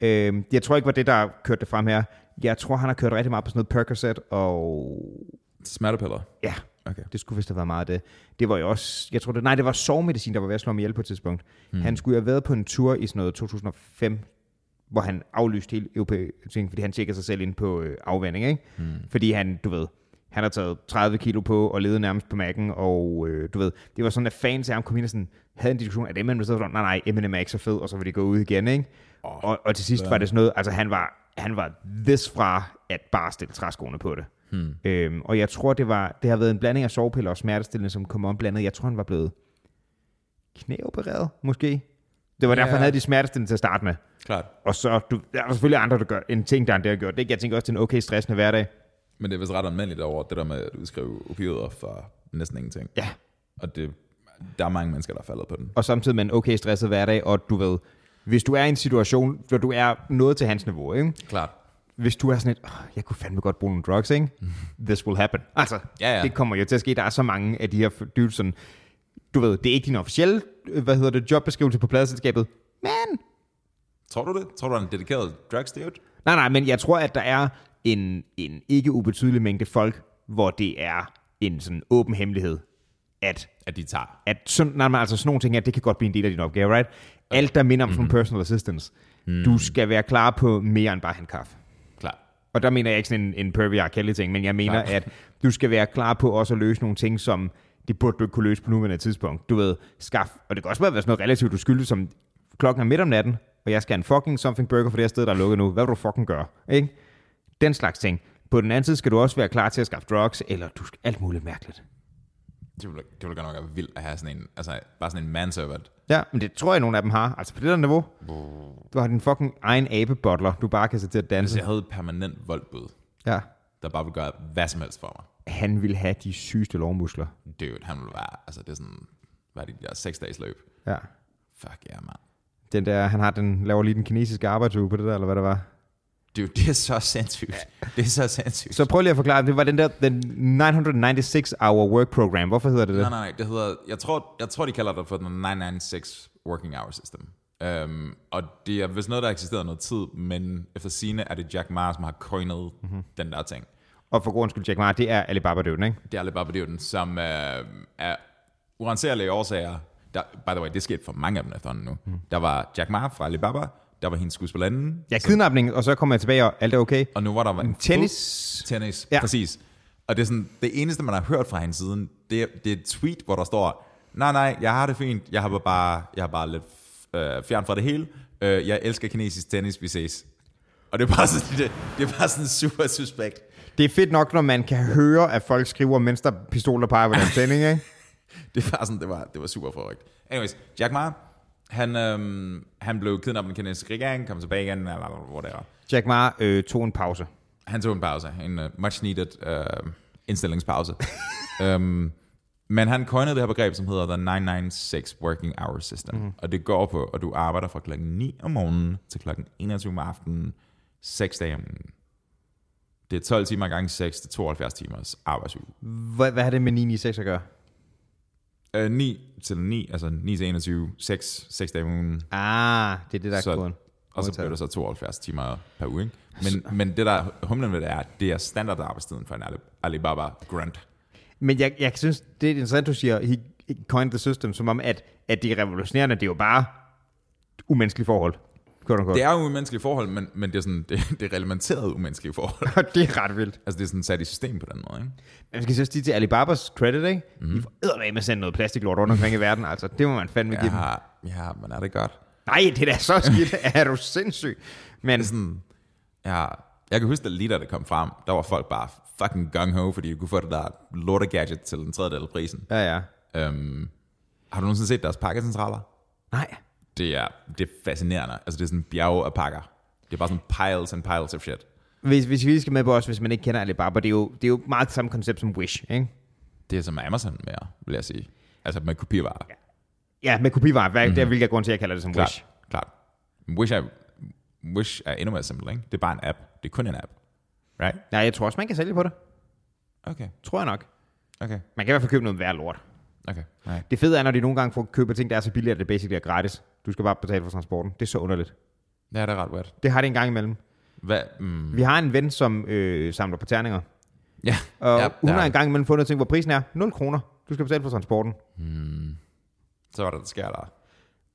S1: Øh, jeg tror ikke, var det, der kørte det frem her. Jeg tror, han har kørt rigtig meget på sådan noget Percocet, og
S3: Smertepiller.
S1: ja,
S3: Okay.
S1: det skulle vist have været meget af det. Det var jo også, jeg tror det, nej, det var sovemedicin, der var ved at slå ham ihjel på et tidspunkt. Mm. Han skulle jo have været på en tur i sådan noget 2005, hvor han aflyste hele europæiske ting, fordi han tjekkede sig selv ind på øh, afvænding, ikke? Mm. Fordi han, du ved, han har taget 30 kilo på og levet nærmest på mærken, og øh, du ved, det var sådan, at fans af ham kom ind og sådan, havde en diskussion, at Eminem så var sådan, nej, nej, Eminem er ikke så fed, og så vil de gå ud igen, ikke? Oh, og, og til sidst var det sådan noget, altså han var, han var this fra at bare stille træskoene på det. Hmm. Øhm, og jeg tror, det, var, det har været en blanding af sovepiller og smertestillende, som kom om blandet. Jeg tror, han var blevet knæopereret, måske. Det var derfor,
S3: Ja.
S1: han havde de smertestillende til at starte med.
S3: Klart.
S1: Og så, du, der er selvfølgelig andre, der gør en ting, der er der har gjort det. Ikke? Jeg tænker også, det er en okay stressende hverdag.
S3: Men det er vist ret almindeligt over det der med at udskrive opioider for næsten ingenting.
S1: Ja.
S3: Og det, der er mange mennesker, der er faldet på den.
S1: Og samtidig med en okay stresset hverdag, og du ved, hvis du er i en situation, hvor du er noget til hans niveau, ikke?
S3: Klart.
S1: hvis du er sådan et, oh, jeg kunne fandme godt bruge nogle drugs, ikke? This will happen. Altså,
S3: Mhm. Ja, ja.
S1: det kommer jo til at ske. Der er så mange af de her dudes, sådan, du ved, det er ikke din officielle, øh, hvad hedder det, jobbeskrivelse på pladeselskabet, men
S3: Tror du det? Tror du, han er en dedikeret drugs dude?
S1: Nej, nej, men jeg tror, at der er en, en ikke ubetydelig mængde folk, hvor det er en sådan åben hemmelighed, at
S3: at de tager.
S1: at sådan, nej, men altså sådan nogle ting her, det kan godt blive en del af din opgave, right? Alt, der minder om
S3: Mhm.
S1: sådan mm. personal assistance. Mm. Du skal være klar på mere end bare handkaffe.
S3: Klar.
S1: Og der mener jeg ikke sådan en, en pervy R. Kelly ting, men jeg mener,
S3: Nej.
S1: at du skal være klar på også at løse nogle ting, som det burde du ikke kunne løse på nuværende tidspunkt. Du ved, skaf, og det kan også bare være sådan noget relativt uskyldigt, som klokken er midt om natten, og jeg skal have en fucking something burger for det her sted, der er lukket nu. Hvad vil du fucking gøre? Ikke? Den slags ting. På den anden side skal du også være klar til at skaffe drugs, eller du skal alt muligt mærkeligt.
S3: Det ville, det ville godt nok være vildt at have sådan en, altså bare sådan en manservant.
S1: Ja, men det tror jeg, nogen af dem har. Altså på det der niveau. Du har din fucking egen abebutler, du bare kan sætte til at
S3: Altså
S1: danse.
S3: jeg havde et permanent voldbud,
S1: Ja.
S3: der bare ville gøre hvad som helst for mig.
S1: Han ville have de sygeste lovmuskler.
S3: Dude, han ville være, altså det er sådan, hvad er det, de der seks dages løb.
S1: Ja.
S3: Fuck ja, yeah, mand.
S1: Den der, han har den, laver lige den kinesiske arbejdsuge på det der, eller hvad det var.
S3: Dude, det er så sindssygt. Det er så sindssygt.
S1: Så prøv lige at forklare, det var den der, den 996-hour work program. Hvorfor hedder det det?
S3: Nej, nej, nej. Det hedder, jeg, tror, jeg tror, de kalder det for den 996 Working Hour System. Um, og det er vist noget, der eksisterer noget tid, men efter sine er det Jack Ma, som har coined mm-hmm. den der ting.
S1: Og for god skyld, Jack Ma, det er Alibaba døden, ikke?
S3: Det er Alibaba Døden, som øh, af urenserlige årsager, der, by the way, det skete for mange af dem efterhånden nu. Mm. Der var Jack Ma fra Alibaba, der var hendes skuespillerinde,
S1: Ja, kidnapning, og så kommer jeg tilbage, og alt er okay.
S3: og nu var der var en
S1: Tennis.
S3: Tennis,
S1: Ja.
S3: ja. præcis. Og det er sådan, det eneste, man har hørt fra hendes siden, det, er- det er et tweet, hvor der står, nej, nej, jeg har det fint, jeg har bare, jeg har bare lidt øh, fjern fra det hele, øh, jeg elsker kinesisk tennis, vi ses. Og det er bare sådan, det, det er bare sådan super suspekt.
S1: Det er fedt nok, når man kan høre, at folk skriver, mens der er pistoler peger på deres tænding, ikke?
S3: Det var sådan, det var, det var super forrygt. Anyways, Jack Ma, han, øhm, han blev kidnappet af den kinesiske regering, kom tilbage igen, hvor det var.
S1: Jack Ma øh, tog en pause.
S3: Han tog en pause, en uh, much needed uh, indstillingspause. um, men han coinede det her begreb, som hedder The 996 Working Hour System. Mm. Og det går på, at du arbejder fra klokken 9 om morgenen til klokken 21 om aftenen, 6 dage om ugen. Det er 12 timer gange 6, det er 72 timers arbejdsuge.
S1: Hvad, hvad har det med 996 at gøre?
S3: Uh, 9 til 9, altså 9 til 21, 6, 6 dage om ugen.
S1: Ah, det er det, der er
S3: Så-
S1: koden.
S3: Og så
S1: Modtaget.
S3: blev det så 72 timer per uge. Ikke? Men, men det der humlen ved det er, det er standardarbejdstiden for en Ali- Alibaba grunt.
S1: Men jeg, jeg synes, det er interessant, du siger, he coined the system, som om, at, at det er revolutionerende, det er jo bare umenneskelige forhold. Kort og kort.
S3: Det er jo umenneskelige forhold, men, men det er sådan, [laughs] det, det er reglementeret umenneskelige forhold. [laughs]
S1: Og det er ret vildt.
S3: Altså det er sådan sat i system på den måde, ikke?
S1: Man skal så også sige til Alibabas credit, ikke?
S3: Mhm.
S1: Mm-hmm. De får eddermame sendt noget plastiklort rundt omkring i verden, altså. Det må man fandme give dem.
S3: Ja, ja, men er det godt?
S1: Nej, det er da så skidt.
S3: [laughs]
S1: er du sindssyg? Men
S3: Ja, jeg kan huske, at lige da det kom frem, der var folk bare fucking gung-ho, fordi du kunne få det der lorte gadget til en tredjedel af prisen.
S1: ja, ja.
S3: Øhm, har du nogensinde set deres pakkecentraler?
S1: Nej.
S3: Det er, det er fascinerende. Altså det er sådan bjerge af pakker. Det er bare sådan piles and piles of shit.
S1: Hvis, hvis vi lige skal med på os, hvis man ikke kender Alibaba, det er jo, det er jo meget samme koncept som Wish, ikke?
S3: Det er som Amazon mere, vil jeg sige. Altså med kopivarer. Ja,
S1: Ja, med kopivarer. Hvad, mm-hmm. Det er hvilket grund til, at jeg kalder det som
S3: Mhm. klart,
S1: Wish.
S3: klart. Wish er, Wish er endnu mere simpelt, ikke? Det er bare en app. Det er kun en app. Right?
S1: Nej, jeg tror også, man kan sælge på det.
S3: Okay,
S1: Tror jeg nok.
S3: okay,
S1: Man kan i hvert fald købe noget værd lort.
S3: okay. Nej.
S1: Det fede er, når de nogle gange får købe ting, der er så billige, at det basically er gratis. Du skal bare betale for transporten. Det er så underligt.
S3: Det er da ret weird.
S1: Det har det en gang imellem.
S3: Hvad? Mm,
S1: Vi har en ven, som øh, samler på terninger.
S3: ja.
S1: Og
S3: ja,
S1: ja, hun
S3: der-
S1: har en gang imellem fundet ting, hvor prisen er 0 kroner. Du skal betale for transporten.
S3: Så var der, der sker der.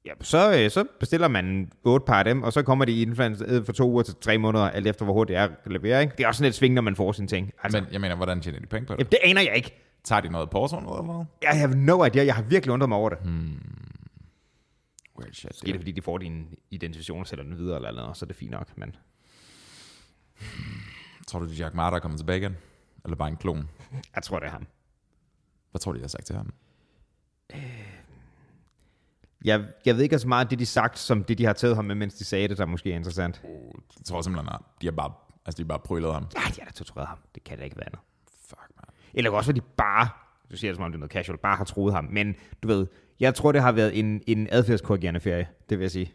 S1: Ja, så, øh, så bestiller man otte par af dem, og så kommer de inden for, en- for to uger til tre måneder, alt efter hvor hurtigt det er at levere. Ikke? Det er også sådan lidt sving, når man får sine ting. Altså, Men,
S3: Men jeg mener, hvordan tjener de penge på det?
S1: jamen, det aner jeg ikke.
S3: Tager de noget porto eller noget?
S1: Jeg have no idea. Jeg har virkelig undret mig over det. Hmm.
S3: Weird shit.
S1: Det er det, fordi de får din identifikation og sælger den videre eller noget, så er det fint nok. Men
S3: Tror du, det er Jack Ma, der er kommet tilbage igen? Eller bare en klon?
S1: jeg tror, det er ham.
S3: Hvad tror du, de har sagt til ham?
S1: Jeg, jeg ved ikke så meget af det, de sagt, som det, de har taget ham med, mens de sagde det, der måske er interessant.
S3: Uh, Jeg tror simpelthen, at de har bare, altså, de har bare prøvet ham.
S1: Ja, de har da tortureret ham. Det kan da ikke være andet.
S3: Fuck, man.
S1: Eller også, at de bare, du siger det som om det er noget casual, bare har troet ham. Men du ved, jeg tror, det har været en, en adfærdskorrigerende ferie, det vil jeg sige.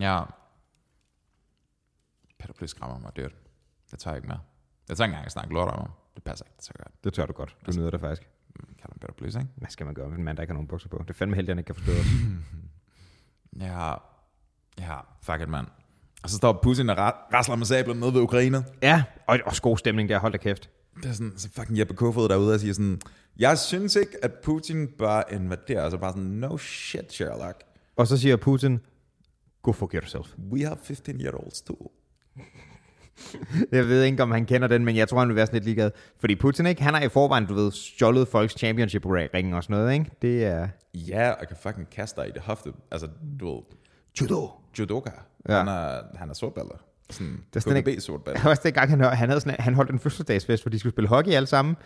S3: Ja. Peter, please skræmmer mig, dyrt. Jeg tager ikke mere. Jeg tager ikke engang at snakke lort om ham. Det passer ikke så godt.
S1: Det tør du godt. Du nyder det faktisk.
S3: Man kalder ham Peter, please, ikke?
S1: Hvad skal man gøre med en mand, der ikke har nogen bukser på? Det er fandme heldigt, at han ikke kan forstå det.
S3: Ja. Ja, fuck it, mand. Og så står Putin og ra- rasler med sablen nede ved Ukraine.
S1: Ja, og, og god stemning der, hold da kæft.
S3: Der er sådan, så fucking Jeppe Kofod derude og siger sådan, jeg synes ikke, at Putin bør invadere. Og så bare sådan, no shit, Sherlock.
S1: Og så siger Putin, go fuck yourself.
S3: We have 15-year-olds too.
S1: Jeg ved ikke, om han kender den, men jeg tror, han vil være sådan lidt ligeglad. Fordi Putin, ikke? Han har i forvejen, du ved, stjålet folks championship-ringen og sådan noget, ikke? Det er...
S3: Ja, og kan fucking kaste dig i det hofte. Altså, du ved,
S1: Judo!
S3: judoka.
S1: Ja.
S3: Ja. Han er, han er sortballer. Sådan,
S1: er sådan ikke-
S3: KGB sortballer.
S1: [laughs] Også dengang, han, han, havde sådan, han holdt en fødselsdagsfest, hvor de skulle spille hockey alle sammen.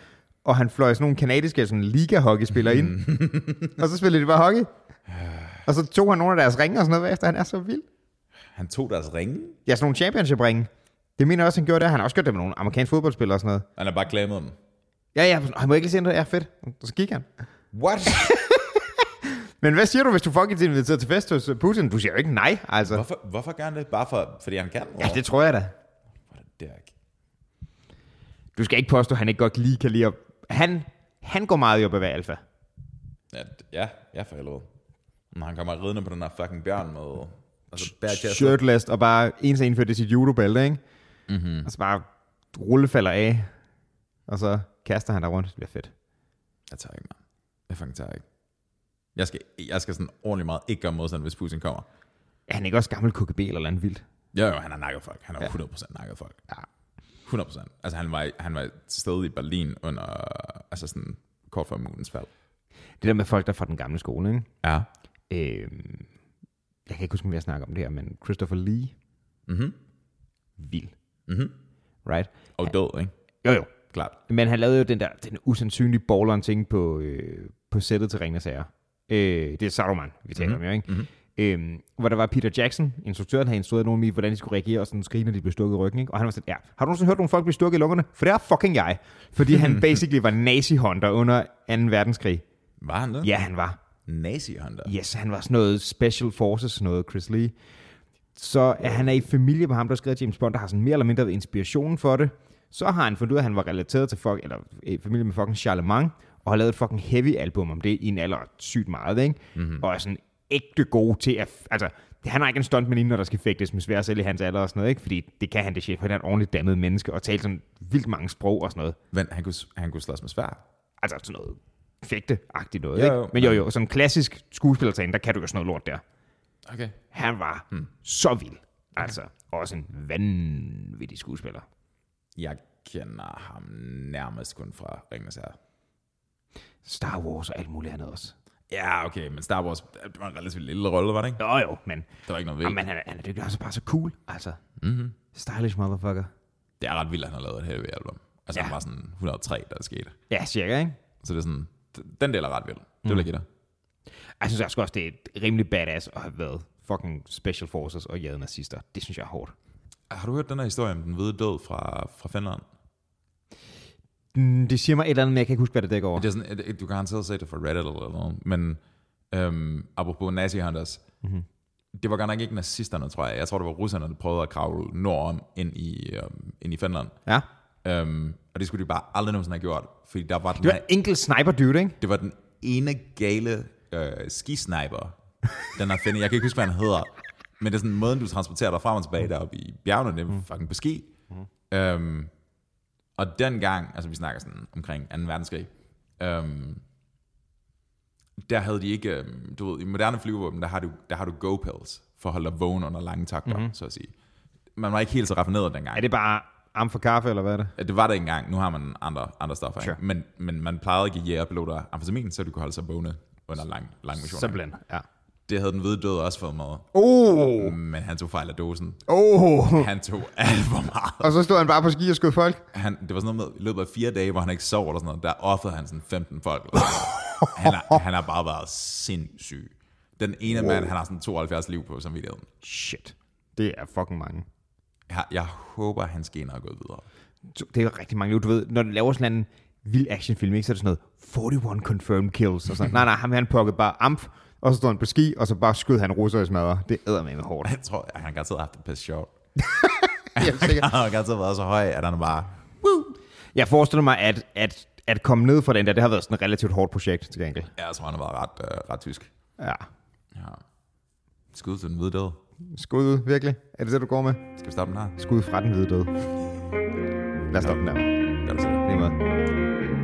S1: Og han fløj sådan nogle kanadiske sådan liga-hockeyspillere ind. og så spillede de bare hockey. Og så tog han nogle af deres ringe og sådan noget bagefter. Han er så vild.
S3: Han tog deres ringe.
S1: Ja, sådan nogle championship-ringe. Det mener jeg også, han gjorde det. Han har også gjort det med nogle amerikanske fodboldspillere og sådan noget.
S3: Han har bare klamet dem.
S1: Ja, ja, sådan, han må ikke se noget. Ja, fedt. Og så gik han.
S3: What?
S1: Men hvad siger du, hvis du fucking bliver inviteret til fest hos øh, Putin? Du siger jo ikke nej, altså.
S3: [laughs] hvorfor, hvorfor gør han det? Bare for, fordi han kan?
S1: Ja, det tror jeg da.
S3: Hvor er det Dirk.
S1: Du skal ikke påstå, at han ikke godt lige kan lide at... Han, han går meget i op af alfa.
S3: Ja, d- ja, ja for helvede. Når han kommer ridende på den her fucking bjørn med... Altså, bare
S1: Shirtless og bare en til en førte sit judobælte, ikke?
S3: Mhm.
S1: Mm-hmm. Og så bare rulle falder af. Og så kaster han der rundt. Det bliver fedt.
S3: Jeg tager ikke, mand. Jeg fucking tager ikke. Jeg skal, jeg skal sådan ordentligt meget ikke gøre modstand, hvis Putin kommer.
S1: Er han ikke også gammel KGB eller noget andet vildt?
S3: Jo, jo, han har nakket folk. Han har 100% nakket folk.
S1: Ja.
S3: 100%. Altså, han var, han var til stede i Berlin under... Altså sådan kort før murens fald.
S1: Det der med folk, der er fra den gamle skole, ikke?
S3: Ja.
S1: Øhm, jeg kan ikke huske, om jeg snakker om det her, men Christopher Lee,
S3: Mhm.
S1: vild,
S3: Mhm.
S1: right?
S3: Og død, ikke?
S1: Jo, jo,
S3: Klart.
S1: Men han lavede jo den der den usandsynlige balleren ting på, øh, på sættet til Ringende Sager. Øh, det er Saruman, vi taler mm-hmm. om, jo, ikke? Mm-hmm. Øhm, hvor der var Peter Jackson, instruktøren, havde instrueret nogen i, hvordan de skulle reagere og sådan skrige, når de blev stukket i ryggen. Ikke? Og han var sådan, ja, har du nogensinde hørt nogle folk blive stukket i lungerne? For det er fucking jeg. Fordi [laughs] han basically var nazi-hunter under 2. verdenskrig.
S3: Var han det?
S1: Ja, han var.
S3: Nazi-hunter.
S1: Yes, han var sådan noget Special Forces, sådan noget Chris Lee. Så er han er i familie med ham, der skrev James Bond, der har sådan mere eller mindre været inspirationen for det. Så har han fundet ud af, at han var relateret til folk, eller i familie med fucking Charlemagne, og har lavet et fucking heavy album om det i en alder af sygt meget, ikke? Mm-hmm. Og er sådan ægte god til at... Altså, han har ikke en stuntman inden, når der skal fægtes med svære selv i hans alder og sådan noget, ikke? Fordi det kan han det chef, for han er et ordentligt dannet menneske, og taler sådan vildt mange sprog og sådan noget.
S3: Men han kunne, han kunne slås med svær.
S1: Altså sådan noget fægteagtigt noget,
S3: Jo,
S1: ikke?
S3: jo.
S1: Men jo, jo, sådan en klassisk skuespillertræning, der kan du jo sådan noget lort der.
S3: Okay.
S1: Han var hmm. så vild. Altså, også en vanvittig skuespiller.
S3: Jeg kender ham nærmest kun fra Ringens Herre.
S1: Star Wars og alt muligt andet også.
S3: Ja, okay, men Star Wars, det var en relativt lille rolle, var det ikke?
S1: Jo jo, men,
S3: Der var ikke noget
S1: jamen,
S3: vildt. Mhm.
S1: han, er, han er dygtig, og så bare så cool. Altså, mm-hmm. stylish motherfucker.
S3: Det er ret vildt, at han har lavet et heavy album. Altså,
S1: Ja.
S3: ja. han var sådan 103, der skete.
S1: Ja, cirka, ikke?
S3: Så det er sådan, d- den del er ret vild. Det vil jeg give dig.
S1: Jeg synes også, det er rimelig badass at have været fucking special forces og jaget nazister. Det synes jeg er hårdt.
S3: Har du hørt den her historie om den hvide død fra, fra Finland?
S1: Mm, Det siger mig et eller andet, men jeg kan ikke huske, hvad det dækker over.
S3: Det er sådan, et- et- du kan garanteret se det fra Reddit eller noget, men øhm, apropos nazi hunters, mm-hmm. det var godt nok ikke nazisterne, tror jeg. Jeg tror, det var russerne, der prøvede at kravle nordom ind i, øhm, ind i Finland.
S1: Ja.
S3: Øhm, og det skulle de bare aldrig nogensinde have gjort, fordi der var den,
S1: Det
S3: det
S1: var en enkelt sniper dude, ikke?
S3: det var den ene gale øh, skisniper, den har fundet. Jeg kan ikke huske, hvad han hedder. Men det er sådan måden, du transporterer dig frem og tilbage deroppe i bjergene, det er fucking på ski. Mm. Øhm, og dengang, altså vi snakker sådan omkring 2. verdenskrig, øhm, der havde de ikke, øhm, du ved, i moderne flyvevåben, der har du, der har du go-pills for at holde dig vågen under lange takter, mm-hmm. så at sige. Man var ikke helt så raffineret dengang.
S1: Er det bare arm for kaffe, eller hvad er det?
S3: Ja, Det var der ikke engang. Nu har man andre, andre stoffer. Sure.
S1: Sure.
S3: Men, men man plejede at give jægerpiloter amfetamin, så du kunne holde sig vågne under lang, lang mission.
S1: Simpelthen, ja.
S3: Det havde den hvide døde også fået med.
S1: Oh!
S3: Men han tog fejl af dosen.
S1: Oh!
S3: Han tog alt for meget.
S1: Og så stod han bare på ski og skød folk.
S3: Han, det var sådan noget med, i løbet af fire dage, hvor han ikke sov eller sådan noget, der offede han sådan 15
S1: [laughs]
S3: folk. Eller sådan noget. han, har, han har bare været sindssyg. Den ene wow. mand, han har sådan 72 liv på samvittigheden.
S1: Shit. Det er fucking mange.
S3: Jeg, jeg håber, hans gener er gået videre.
S1: Det er jo rigtig mange liv. Du ved, når du laver sådan en vild actionfilm, ikke, så er det sådan noget 41 confirmed kills. Og sådan. nej, nej, ham her, han pukkede bare amf, og så stod han på ski, og så bare skød han russer i smadre. Det æder med hårdt.
S3: Jeg tror, at han har garanteret haft det pisse sjovt. [laughs]
S1: Jeg, er sikker.
S3: Han har garanteret været så høj, at han bare...
S1: [laughs] jeg forestiller mig, at, at, at komme ned fra den der, det har været sådan et relativt hårdt projekt til gengæld.
S3: Ja, jeg tror, han har været ret, øh, ret tysk.
S1: Ja.
S3: Ja. Skud til den hvide død.
S1: Skud ud, virkelig. Er det det, du går med?
S3: Skal vi stoppe den her?
S1: Skud fra den hvide død. Lad os stoppe den der.
S3: Gør det selv.
S1: Lige meget.